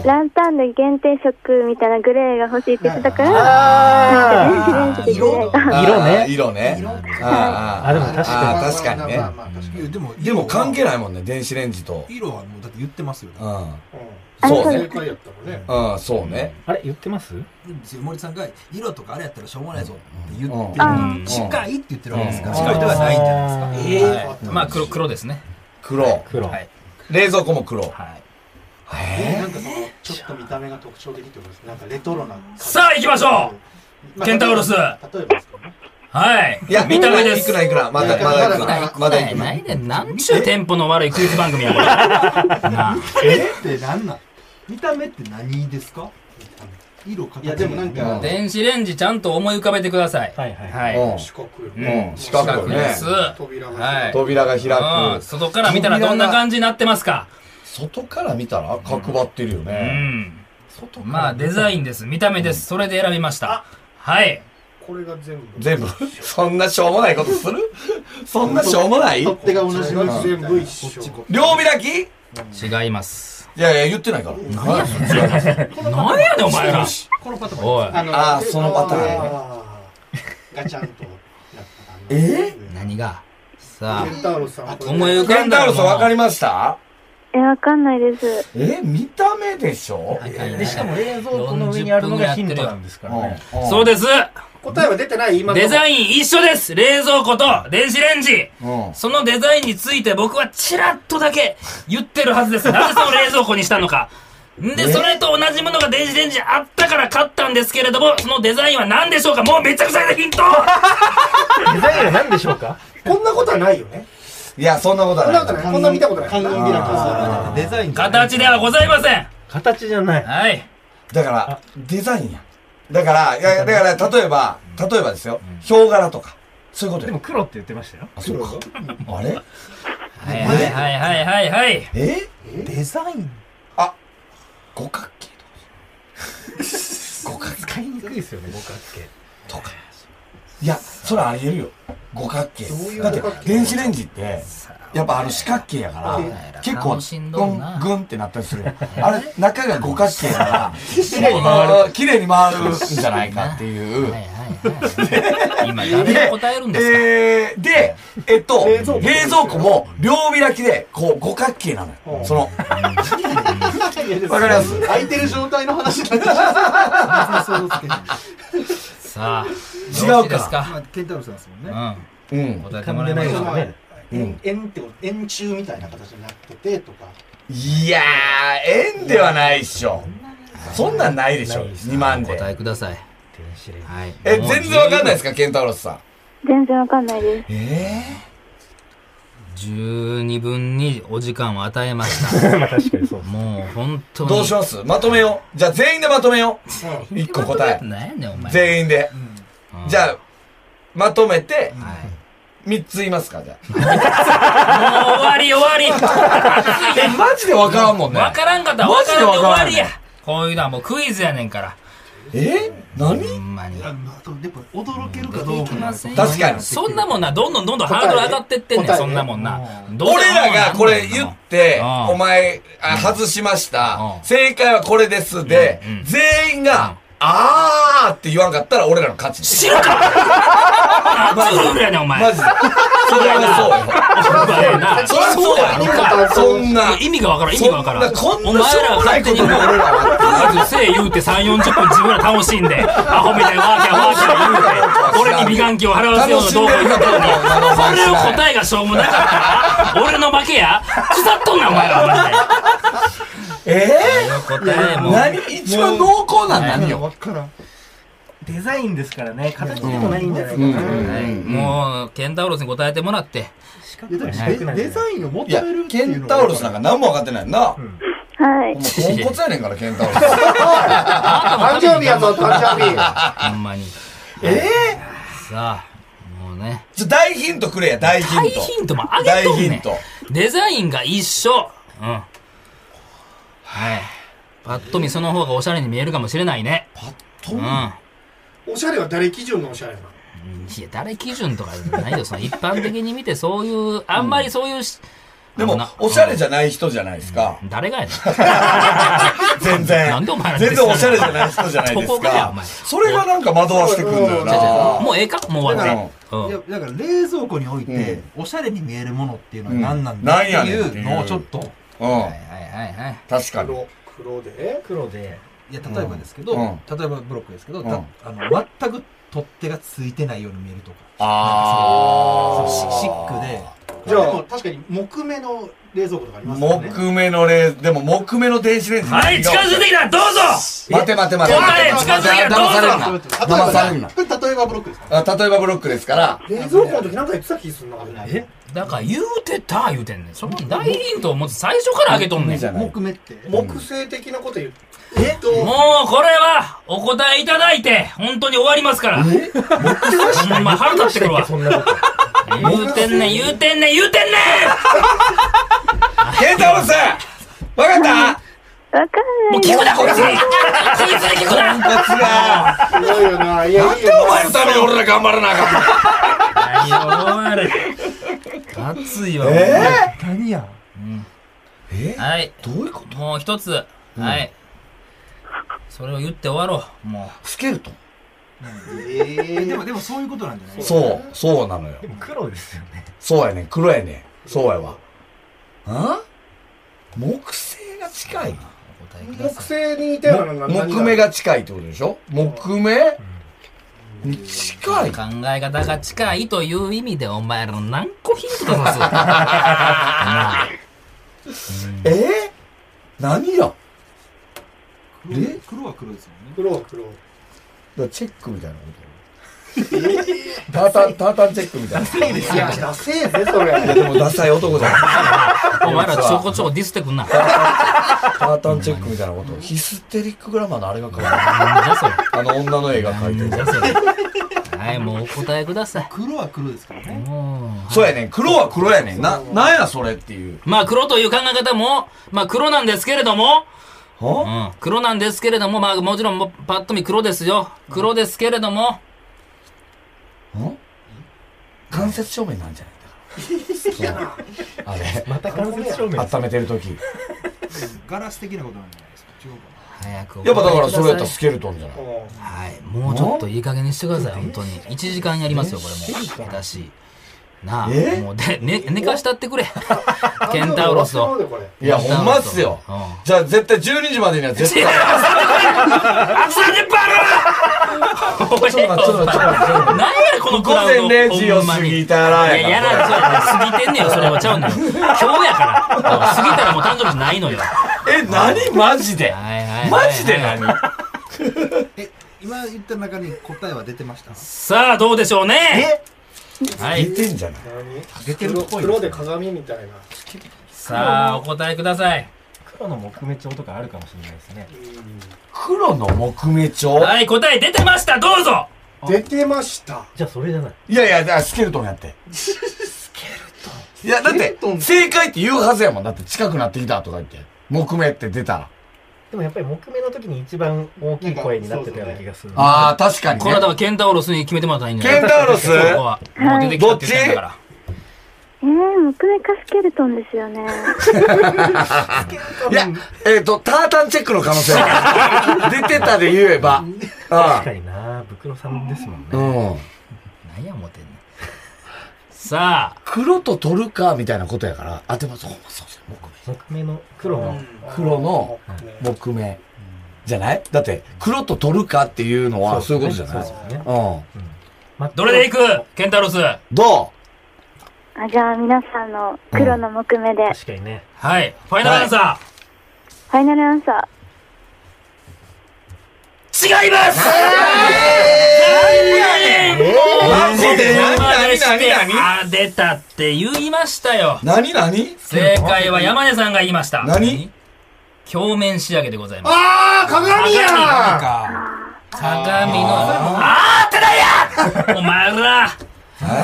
S6: ランタンで限定色みたいなグレーが欲しいって言ってたから、
S7: あ
S6: なんか電子レンジでグレーが。
S7: 色ね
S3: あー色ね。あー
S7: あでも確かに
S3: あー確かにね。
S5: まあまあまあ確か
S8: いやでも
S3: でも関係
S8: ない
S3: ないもんね、電子レンジと。
S8: 色はもうだって言ってますよね
S3: う
S5: に
S3: ん。そう
S5: うん
S3: ね
S5: 正。解やったもんね
S3: うん、そうね。
S7: あれ、言ってます
S8: 森さんが色とかあれやったらしょうがないぞって言って
S3: うん
S8: るのに近いって言ってるわけですから近いではないんじゃないですか
S2: はいまあ黒黒ですね
S3: 黒。
S7: 黒。
S2: はい。
S3: 冷蔵庫も黒。
S2: はい。
S3: え
S5: なんかそのちょっと見た目が特徴的ってことですねなんかレトロな感じ
S2: さあ行きましょ
S5: まあ
S2: ケンタウロス
S5: 例えばですけどね
S2: はい。
S3: いや、
S2: 見た目で
S3: い
S2: す
S3: く。らいくら、まだ、
S5: いや
S3: まだいく
S5: まだ
S3: ら。まだいくら。
S2: ないで、なんちゅうテンポの悪いクイズ番組や、これ。なあ
S8: えってなんなん見た目って何ですか色形
S5: いやでもなん
S3: う
S5: か
S2: 電子レンジちゃんと思い浮かべてください。
S7: はいはい
S2: は
S3: う
S2: い。
S3: ん
S5: 四角よ
S3: うん
S5: ね
S3: 四角いね
S2: です。
S5: 扉が
S2: はい。
S3: 扉が開
S2: うん
S3: く。
S2: 外から見たらどんな感じになってますか
S3: 外から見たら角張ってるよ
S2: う
S3: ね。
S2: ん。まあ、デザインです。見た目です。それで選びました。はい。
S5: これが全部
S3: 全部、そんなしょうもないことするそんなしょうもない
S5: 取っ手が同じの全部一
S8: こっち
S5: 緒
S8: こ
S3: 両開きい
S2: 違います。
S3: やいや、言ってないから。何や
S2: 何やねん、お前ら。
S8: このパターン
S2: おい。
S5: あ
S3: あーそのパターンね
S5: あーガチャンと
S3: え
S2: 何がさ
S5: ケンタウロスさんはこれ
S2: 思い浮
S3: ケ
S2: か
S3: ン
S2: ん
S3: タ
S2: だ
S3: ウロ
S2: ら
S3: スわかり
S2: ま
S3: ました
S6: え、わかんないです。
S3: え、見た目でしょ
S7: で、しかも冷蔵庫の上にあるのがヒントなんですからね。
S3: うん
S2: そうです
S5: 答えは出てない今の
S2: デザイン一緒です冷蔵庫と電子レンジ
S3: うん
S2: そのデザインについて僕はチラッとだけ言ってるはずです。なぜその冷蔵庫にしたのか。んで、それと同じものが電子レンジにあったから買ったんですけれども、そのデザインは何でしょうかもうめちゃくちゃなヒント
S7: デザインは何でしょうか
S5: こんなことはないよね
S3: いや、そんなこと
S5: こんなこと
S3: は
S5: ない
S3: ない。
S5: こんな見たことない
S8: 観音開き
S3: あ
S8: さ
S3: ー
S8: デザイン
S2: 形ではございません。
S7: 形じゃない。
S2: はい。
S3: だから、デザインや。だから、いや、だから、例えば、例えばですよ、ヒョウ柄とか、そういうこと
S7: で
S3: よ
S7: も。黒って言ってましたよ。
S3: あ、そうか。あれ
S2: はいはいはいはいはいはい。
S3: え
S7: デザイン
S3: 五角形
S7: 使いにくいですよね、五角
S3: とか。いや、それありえるよ。五角形。だって、電子レンジって、やっぱあの四角形やから、結構、グン、グンってなったりするやん。あれ、中が五角形や から、綺麗に回る。綺麗に回るんじゃないかっていう。
S2: 今誰が答えるんですか
S3: えー、で、えっと、冷蔵庫も両開きで、こう、五角形なのよ。その、わかります
S5: 空いてる状態の話になっちゃう
S2: さあ、
S3: 違うか
S2: どちですか
S8: まあケンタウロスさんですもん
S2: う
S8: ね
S2: ん。
S3: うん。
S2: 答えて
S7: 形。
S2: もらいましょう。
S5: か
S3: うん
S5: 円ってこと円柱みたいな形になっててとか
S3: いやー、円ではないっしょ。そんなんないでしょ、2万で。
S2: 答えください。
S7: 電子レンジ
S2: はい。
S3: え、全然わかんないですか、ケンタウロスさん。
S6: 全然わかんないです。
S3: え
S2: 十二分にお時間を与えました。
S7: まあ確かにそう。
S2: もう本当
S3: ー、
S2: に。
S3: どうしますまとめよう。じゃあ全員でまとめよう。一個答え。
S2: 何やねん、お前。
S3: 全員で。じゃあ、まとめて、
S2: あ、はい。
S3: 3つ言いますか、じゃ
S2: もう終わり 終わ
S3: あ。え、マジでわからんもん
S2: り。
S3: ね。
S2: わからんかったら
S3: マ
S2: わ
S3: ジ
S2: か
S3: で
S2: らんで終
S3: わか
S2: わ
S3: らんね
S2: りや。こういうのはもうクイズやねんから。
S3: え
S2: ほ
S3: 何
S2: んまに。
S8: あのあとでも驚けるかどうかな
S3: 確かに
S2: そんなもんな、どんどんどんどんハードル上がってってんねん、そんなもんな。どうせ
S3: 俺らがこれ言って
S2: うん、
S3: お前、あ外しました
S2: う。ん
S3: 正解はこれです。で
S2: うんう、ん
S3: 全員が、あーって言わんかったら俺らの勝ち。
S2: 知らん かった熱いルールやねん、お前。
S3: マジで。それはそうよ。そりゃそうや。そんな。
S2: 意味がわからん、意味がわからん。
S3: そんなこ
S2: お
S3: んなしょ
S2: 前
S3: う
S2: ら
S3: もないこ
S2: 勝
S3: と
S2: 手に
S3: で
S2: もう、
S3: 俺らは。
S2: まずせい言うて3、40分自分ら楽しんで、アホみたいにワーキャーワーキャー言うて、俺に美顔器を払わせような動画言うてたのに、それを答えがしょうもなかったら、俺の負けや腐っとんな、お前ら、マ
S3: え
S2: ジで。答え
S3: ー
S2: も。
S3: 何一番濃厚な何よ。
S8: 分からん
S7: デザインですからね、形でもないんじゃないか
S3: う
S7: な。
S2: もう、ケンタウロスに答えてもらって。
S7: 四角
S8: いや
S7: く
S8: だ
S7: は
S8: っ
S7: な
S8: て
S7: くな
S8: デ
S7: いじ
S8: デ
S7: ゃない
S8: ザインを求
S3: いや
S8: める、ってい
S3: ケ
S8: うの
S3: ンタウロスなんか何も分かってないな。も
S6: は
S3: う
S6: い。
S3: ポンコツやねんから、ケンタウロス。
S5: 誕生日やぞ誕生日
S2: ほんまに。
S3: え
S2: さあ、もうね。
S3: ぇ大ヒントくれや、大ヒ
S2: 大
S3: ント。
S2: ヒントもあげとん
S3: 大ヒ
S2: ね
S3: ン
S2: ん
S3: ト。
S2: デザインが一緒。うん。はい。パッと見その方がおしゃれに見えるかもしれないね。
S3: と
S2: うん。いや、
S5: おしゃれは誰基準のおしゃれなの
S2: 誰基準とかじゃないよ。その一般的に見てそういう、あんまりそういうし、
S3: でも、おしゃれじゃない人じゃないですか。
S2: 誰がやねん。
S3: 全然。
S2: なんでお前ら
S3: 全然おしゃれじゃない人じゃないで
S2: そ
S3: す
S2: こがや
S3: か
S2: お。前
S3: それがなんか惑わしてくんだよ
S5: 違う
S3: な。
S2: もうええかもう終わって。うん
S8: いやだから冷蔵庫において、おしゃれに見えるものっていうのは何なんだってい
S3: うん
S8: うのをちょっと、
S3: うん。
S2: はいはいはいはい。
S3: 確かに。
S5: 黒黒で
S7: 黒で、
S8: いや例えばですけど、
S3: うん
S8: 例えばブロックですけど、
S3: うん
S8: たあの全く取っ手がついてないように見えるとか
S3: あ
S8: そ
S3: ー
S8: うシシックで
S5: じゃあ
S9: でも確かに木目の冷蔵庫とかありますからね
S3: 木目のレー、でも木目の電子レンジ。
S2: はい、近づいてきたどうぞ
S3: 待て待て待て。
S2: 答え近づいてる
S3: 騙されるな。
S9: 例えば
S3: 騙されるな。
S9: 例えばブロックですか
S3: あ例えばブロックですから、
S5: 冷蔵庫の時なんか言ってた気すんな。え
S2: だから言うてた言うてんねん。その大ヒントをもう最初からあげとんねん。もう
S9: 木目って
S5: 木星的なこと言って。
S2: これはお答えいただいて、本当に終わりますから。ほんま腹立ってくるわ。
S7: そんなこと。
S2: 言うてんねん、言うてんねん、言うてんね
S3: ケンタロスわかった
S6: わか
S2: んもう
S6: んない
S2: 聞
S6: よ
S2: く。な、こいつにこいつに聞くな
S3: ポンコツが。
S5: すごいよな。いや、いいよ
S3: お前のために俺ら頑張らなあかんの。
S2: 何をれ。熱いわ。
S4: 何や
S3: え
S2: はい。
S3: どういうこと
S2: もう一つ。はい。それを言って終わろう。も
S3: スケルトン
S8: えでもでもそういうことなんじゃない
S3: そう、そうなのよ
S7: で。も黒ですよね。
S3: そうやねん黒やねんそうやわ。ん木星が近いな
S2: う。お答えく
S5: 木
S2: ださい。
S5: 星に似たような
S3: も
S5: 何
S3: 木目が近いってことでしょ木目に近い
S2: 考え方が近いという意味でお前らの何個ヒ ント出すなあ
S3: えー、何やえ
S8: 黒は黒ですもんね
S5: 黒黒。
S3: だチェックみたいなことタータン、タータンチェックみたいな。
S5: いや、ダセえぜ、それ。
S3: でもダサい男じゃん。
S2: お前らちょこちょこディスってくんな。なん
S3: タータンチェックみたいなこと。ヒステリックグラマーのあれが書いてあ
S2: じゃそれ。
S3: る。あの女の絵が書いて
S2: なん
S3: る
S2: じ。ゃそれ。はい、もうお答えください。
S8: 黒は黒ですからね
S2: もう
S3: そうやねん。黒は黒やねん。な、なんやそれっていう。
S2: まあ黒という考え方も、まあ黒なんですけれども、う
S3: は
S2: ん、黒なんですけれども、まあもちろんもうパッと見黒ですよ。黒ですけれども、
S3: ん間接照明なんじゃないんだから。そう
S7: また間接照明
S3: あれ、温めてる時。
S8: ガラス的なことなんじゃないですか違うか
S2: 早くお
S3: やっぱだ
S2: 答
S3: か
S2: えく
S3: ら
S2: さい
S3: それやったらスケルトンじゃない
S2: はい、もうちょっといい加減にしてください、本当に。1時間やりますよ、これも。下手しい。なあ、
S3: え
S2: もうで、ね、寝かした ってくれ。ケンタウロスを。
S3: いや、ほんまっすよ。
S2: う
S3: じゃあ絶対12時までには絶対。
S2: あ、30分あるわ
S3: ちょっと待って、ちょっと待って、ちょっと待って。
S2: 何やこのク
S3: 午
S2: ラウ
S3: 前
S2: ド
S3: 0時を過ぎたら
S2: いや、やらん、そうやね過ぎてんねよ、それはちゃ うのよ。今日やから。過ぎたらもう誕生日ないのよ。は
S3: え、何マジ
S2: い
S3: で
S2: はいはいはい
S3: マジで何
S8: 今言った中に答えは出てました
S2: さあ、どうでしょうね。はい
S3: 言っ。てんじゃない
S8: 出てる
S5: 黒
S8: っぽい
S5: 黒で鏡みたいな。
S2: さあ、お答えください。
S7: 黒の木目調とかあるかもしれないですね。
S3: 黒の木目調
S2: はい、答え出てました、どうぞ
S5: 出てました。
S7: じゃあそれじゃない。
S3: いやいや、だからスケルトンやって。スケルトンいや、だって、正解って言うはずやもん。だって近くなってきたとか言って。木目って出たら。
S7: でもやっぱり木目の時に一番大きい声になってたような気がする。
S3: ああ、確かに
S2: これはだか
S3: ね。
S2: らケンタウロスに決めてもらったらいいんじゃない
S3: ケンタウロス
S2: ここはもう出てきたって言ってんだから。
S6: えー、木目かスケルトンですよね。
S3: いや、えっと、タータンチェックの可能性 ある出てたで言えば。
S7: 確
S3: あ
S7: かになブクロさんですもんね
S3: あ。。うん。
S2: 何や思てんねん。さあ、
S3: 黒と取るか、みたいなことやから。あ、でもそう、そうそう、木目。
S7: 木目の黒の。
S3: 黒の木目。じゃないだって、黒と取るかっていうのは、そういうことじゃない
S7: そうですよね。
S3: うん。
S7: ま
S2: どれでいくケンタウロス。
S3: ど
S6: あじゃあ皆さんの黒の木目で、フ
S7: 確かにね。
S2: はい、ファイナルアンサ
S6: ァイナルアンサー。
S2: ー。違います何やねん
S3: うマジで
S2: 山
S3: 何
S2: でして
S3: 何何
S2: あ、出たって言いましたよ。
S3: 何何
S2: 正解は山根さんが言いました。
S3: 何
S2: 鏡面仕上げでございます。
S5: あー、鏡や
S2: 鏡の、あーってなんやお前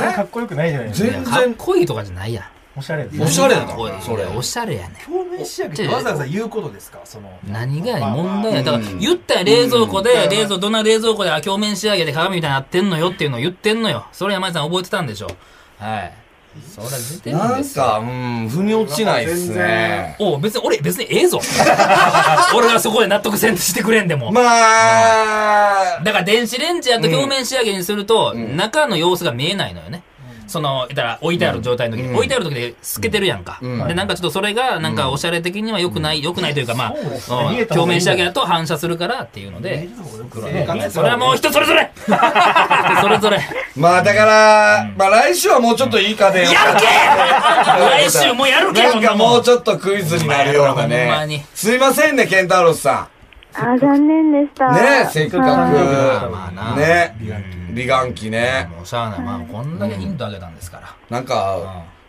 S2: ら、
S7: かっこよくないじゃないですか。
S3: 全
S2: かっ
S3: 然、
S2: こいいとかじゃないやん。
S7: おしゃれです
S3: お
S7: ね。
S3: しゃれな
S2: おい
S3: のそれ。
S2: おしゃれやねん。
S8: 表面仕上げってわざわざ言うことですかその
S2: 何がやねん問題や。だから、言ったら冷蔵庫で、冷蔵、どんな冷蔵庫で、あ、鏡面仕上げで鏡みたいになってんのよっていうのを言ってんのよ。それ山井さん覚えてたんでしょ。はい。そりゃ出てるん
S3: な
S2: で
S3: ん
S2: すよ。
S3: か、うん、腑に落ちないですね。
S2: おう別に、俺、別にええぞ。 俺がそこで納得せんとしてくれんでも。
S3: まあ、
S2: だから電子レンジやと表面仕上げにすると、中の様子が見えないのよね。その、いたら置いてある状態の時に、置いてある時で透けてるやんか。
S3: うん
S2: で、なんかちょっとそれが、なんかおしゃれ的には良くない、良くないというか、まあ、
S7: そうですね
S2: うん
S7: 見えた
S2: 表
S7: 方がいい
S2: 面
S7: ん
S2: 仕
S7: だ
S2: 上げだと反射するからっていうので、
S7: ね
S2: それはもう人それぞれ人それぞれ。
S3: まあだから、まあ来週はもうちょっといい家電を。
S2: やるけ来週もやるけ
S3: なんかもう
S2: ょ
S3: ちょっとクイズになるような
S2: ほんまに
S3: ね。すいませんね、ケンタロスさ
S6: あ、残念でした。
S3: ん。ねせっ
S2: まあ
S3: か
S2: まあ
S3: く。
S2: な。
S3: ね美顔器ね。
S2: もうしゃあない。まあ、こんだけヒントあげたんですから。
S3: なんか、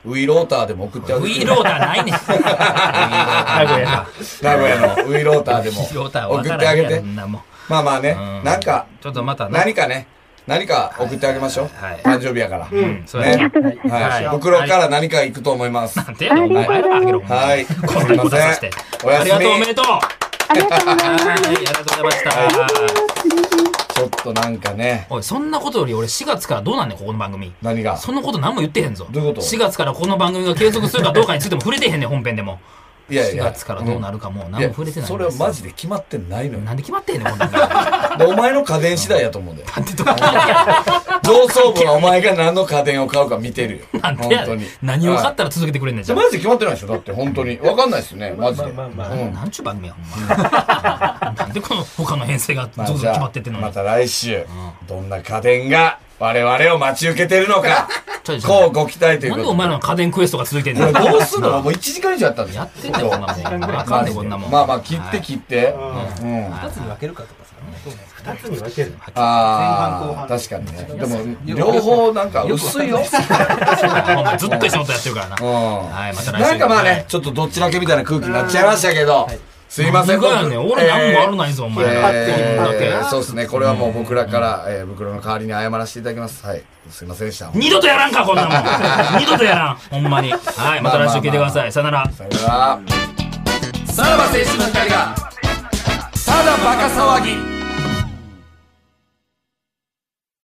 S3: ウィローターでも送っちゃう。
S2: ウィーローターないねん。ウィーロータ
S7: 名古屋だ
S3: ー。名古屋のウィローターでも。
S2: ー。
S3: 送
S2: ーターは分か
S3: って
S2: ら
S3: あ
S2: ん
S3: げ
S2: やろ
S3: て
S2: そ。んなもん
S3: まあまあね
S2: う、
S3: なんか、
S2: ちょっとまたな
S3: 何かね、何か送ってあげましょう
S2: はいはい。
S3: 誕生日やから。
S2: うんそう
S3: ね
S2: やね。
S3: はい。袋から何か行くと思います。
S2: なんてやねんお前らあげろ。
S3: はい。すい
S2: こんな
S3: ま
S2: こと
S3: せ
S2: させ
S3: ん
S2: て。。
S3: おや
S2: あ
S3: す
S2: り
S3: み。
S2: がとう、おめでとう。は
S6: ありがとうございます。
S2: い、ありがとうございました。
S3: ちょっとなんかね、
S2: おい、そんなことより俺4月からどうなんねん、ここの番組。
S3: 何が。
S2: そのこと何も言ってへんぞ。
S3: どういうこと
S2: ?4 月からこの番組が継続するかどうかについても触れてへんねん、本編でも。
S3: いやい
S2: 4
S3: や。
S2: 月からどうなるかもう
S3: い
S2: 何
S3: や
S2: も触れてない。
S3: それはマジで決まってないのよ。
S2: なんで決まってんねん、こんなんだ
S3: でお前の家電次第やと思うんだよ。
S2: ってとか聞いてや
S3: 上層部はお前が何の家電を買うか見てるよ。
S2: なん
S3: 本
S2: てや
S3: 当
S2: ねん
S3: に。
S2: 何を買っ
S3: は
S2: たら続けてくれんねん、
S3: い
S2: じゃ
S3: マジで決まってないでしょだって本当に。わかんないですよね。マジで。
S7: まあまあ
S3: う
S7: ま
S2: あ。
S3: ん
S2: なんちゅう番組や、ほんま。なんでこの他の編成が
S3: まあ
S2: 続々
S3: じゃあ
S2: 決まってってんのに
S3: ま。た来週、どんな家電が我々を待ち受けてるのか、
S2: ちょいちょい
S3: こうご期待というこ
S2: なん
S3: と
S2: でお前らの家電クエストが続いてんねん。
S3: これどうすんのもう1時間以上やったんでしょ
S2: やってんだよ、こんなもん。あかんねん、こんなもん。
S3: まあまあ、切って
S2: はい
S3: 切って。うん。
S4: 二つに分けるかとかさ。
S7: 二つに分ける。
S3: ああ、確かにね。でも、両方なんか薄いよ。
S2: ほんまずっと一緒のことやってるからな。
S3: うん。
S2: はい、また来週。
S3: なんかまあ
S2: はい
S3: ね、。ちょっとどっちだけみたいな空気になっちゃいましたけど、すいません。
S2: 何がやねん。俺何も悪ないぞ、お前。
S3: え
S2: こんだけ
S3: ーそうですね。これはもう僕らから、えー、袋の代わりに謝らせていただきます。はい。すいませんでした。
S2: 二度とやらんか、こん なもん。二度とやらん。ほんまに。はい、また来週聞いてください。さよなら。
S3: さよなら。さらば青春の光が、ただバカ騒ぎ。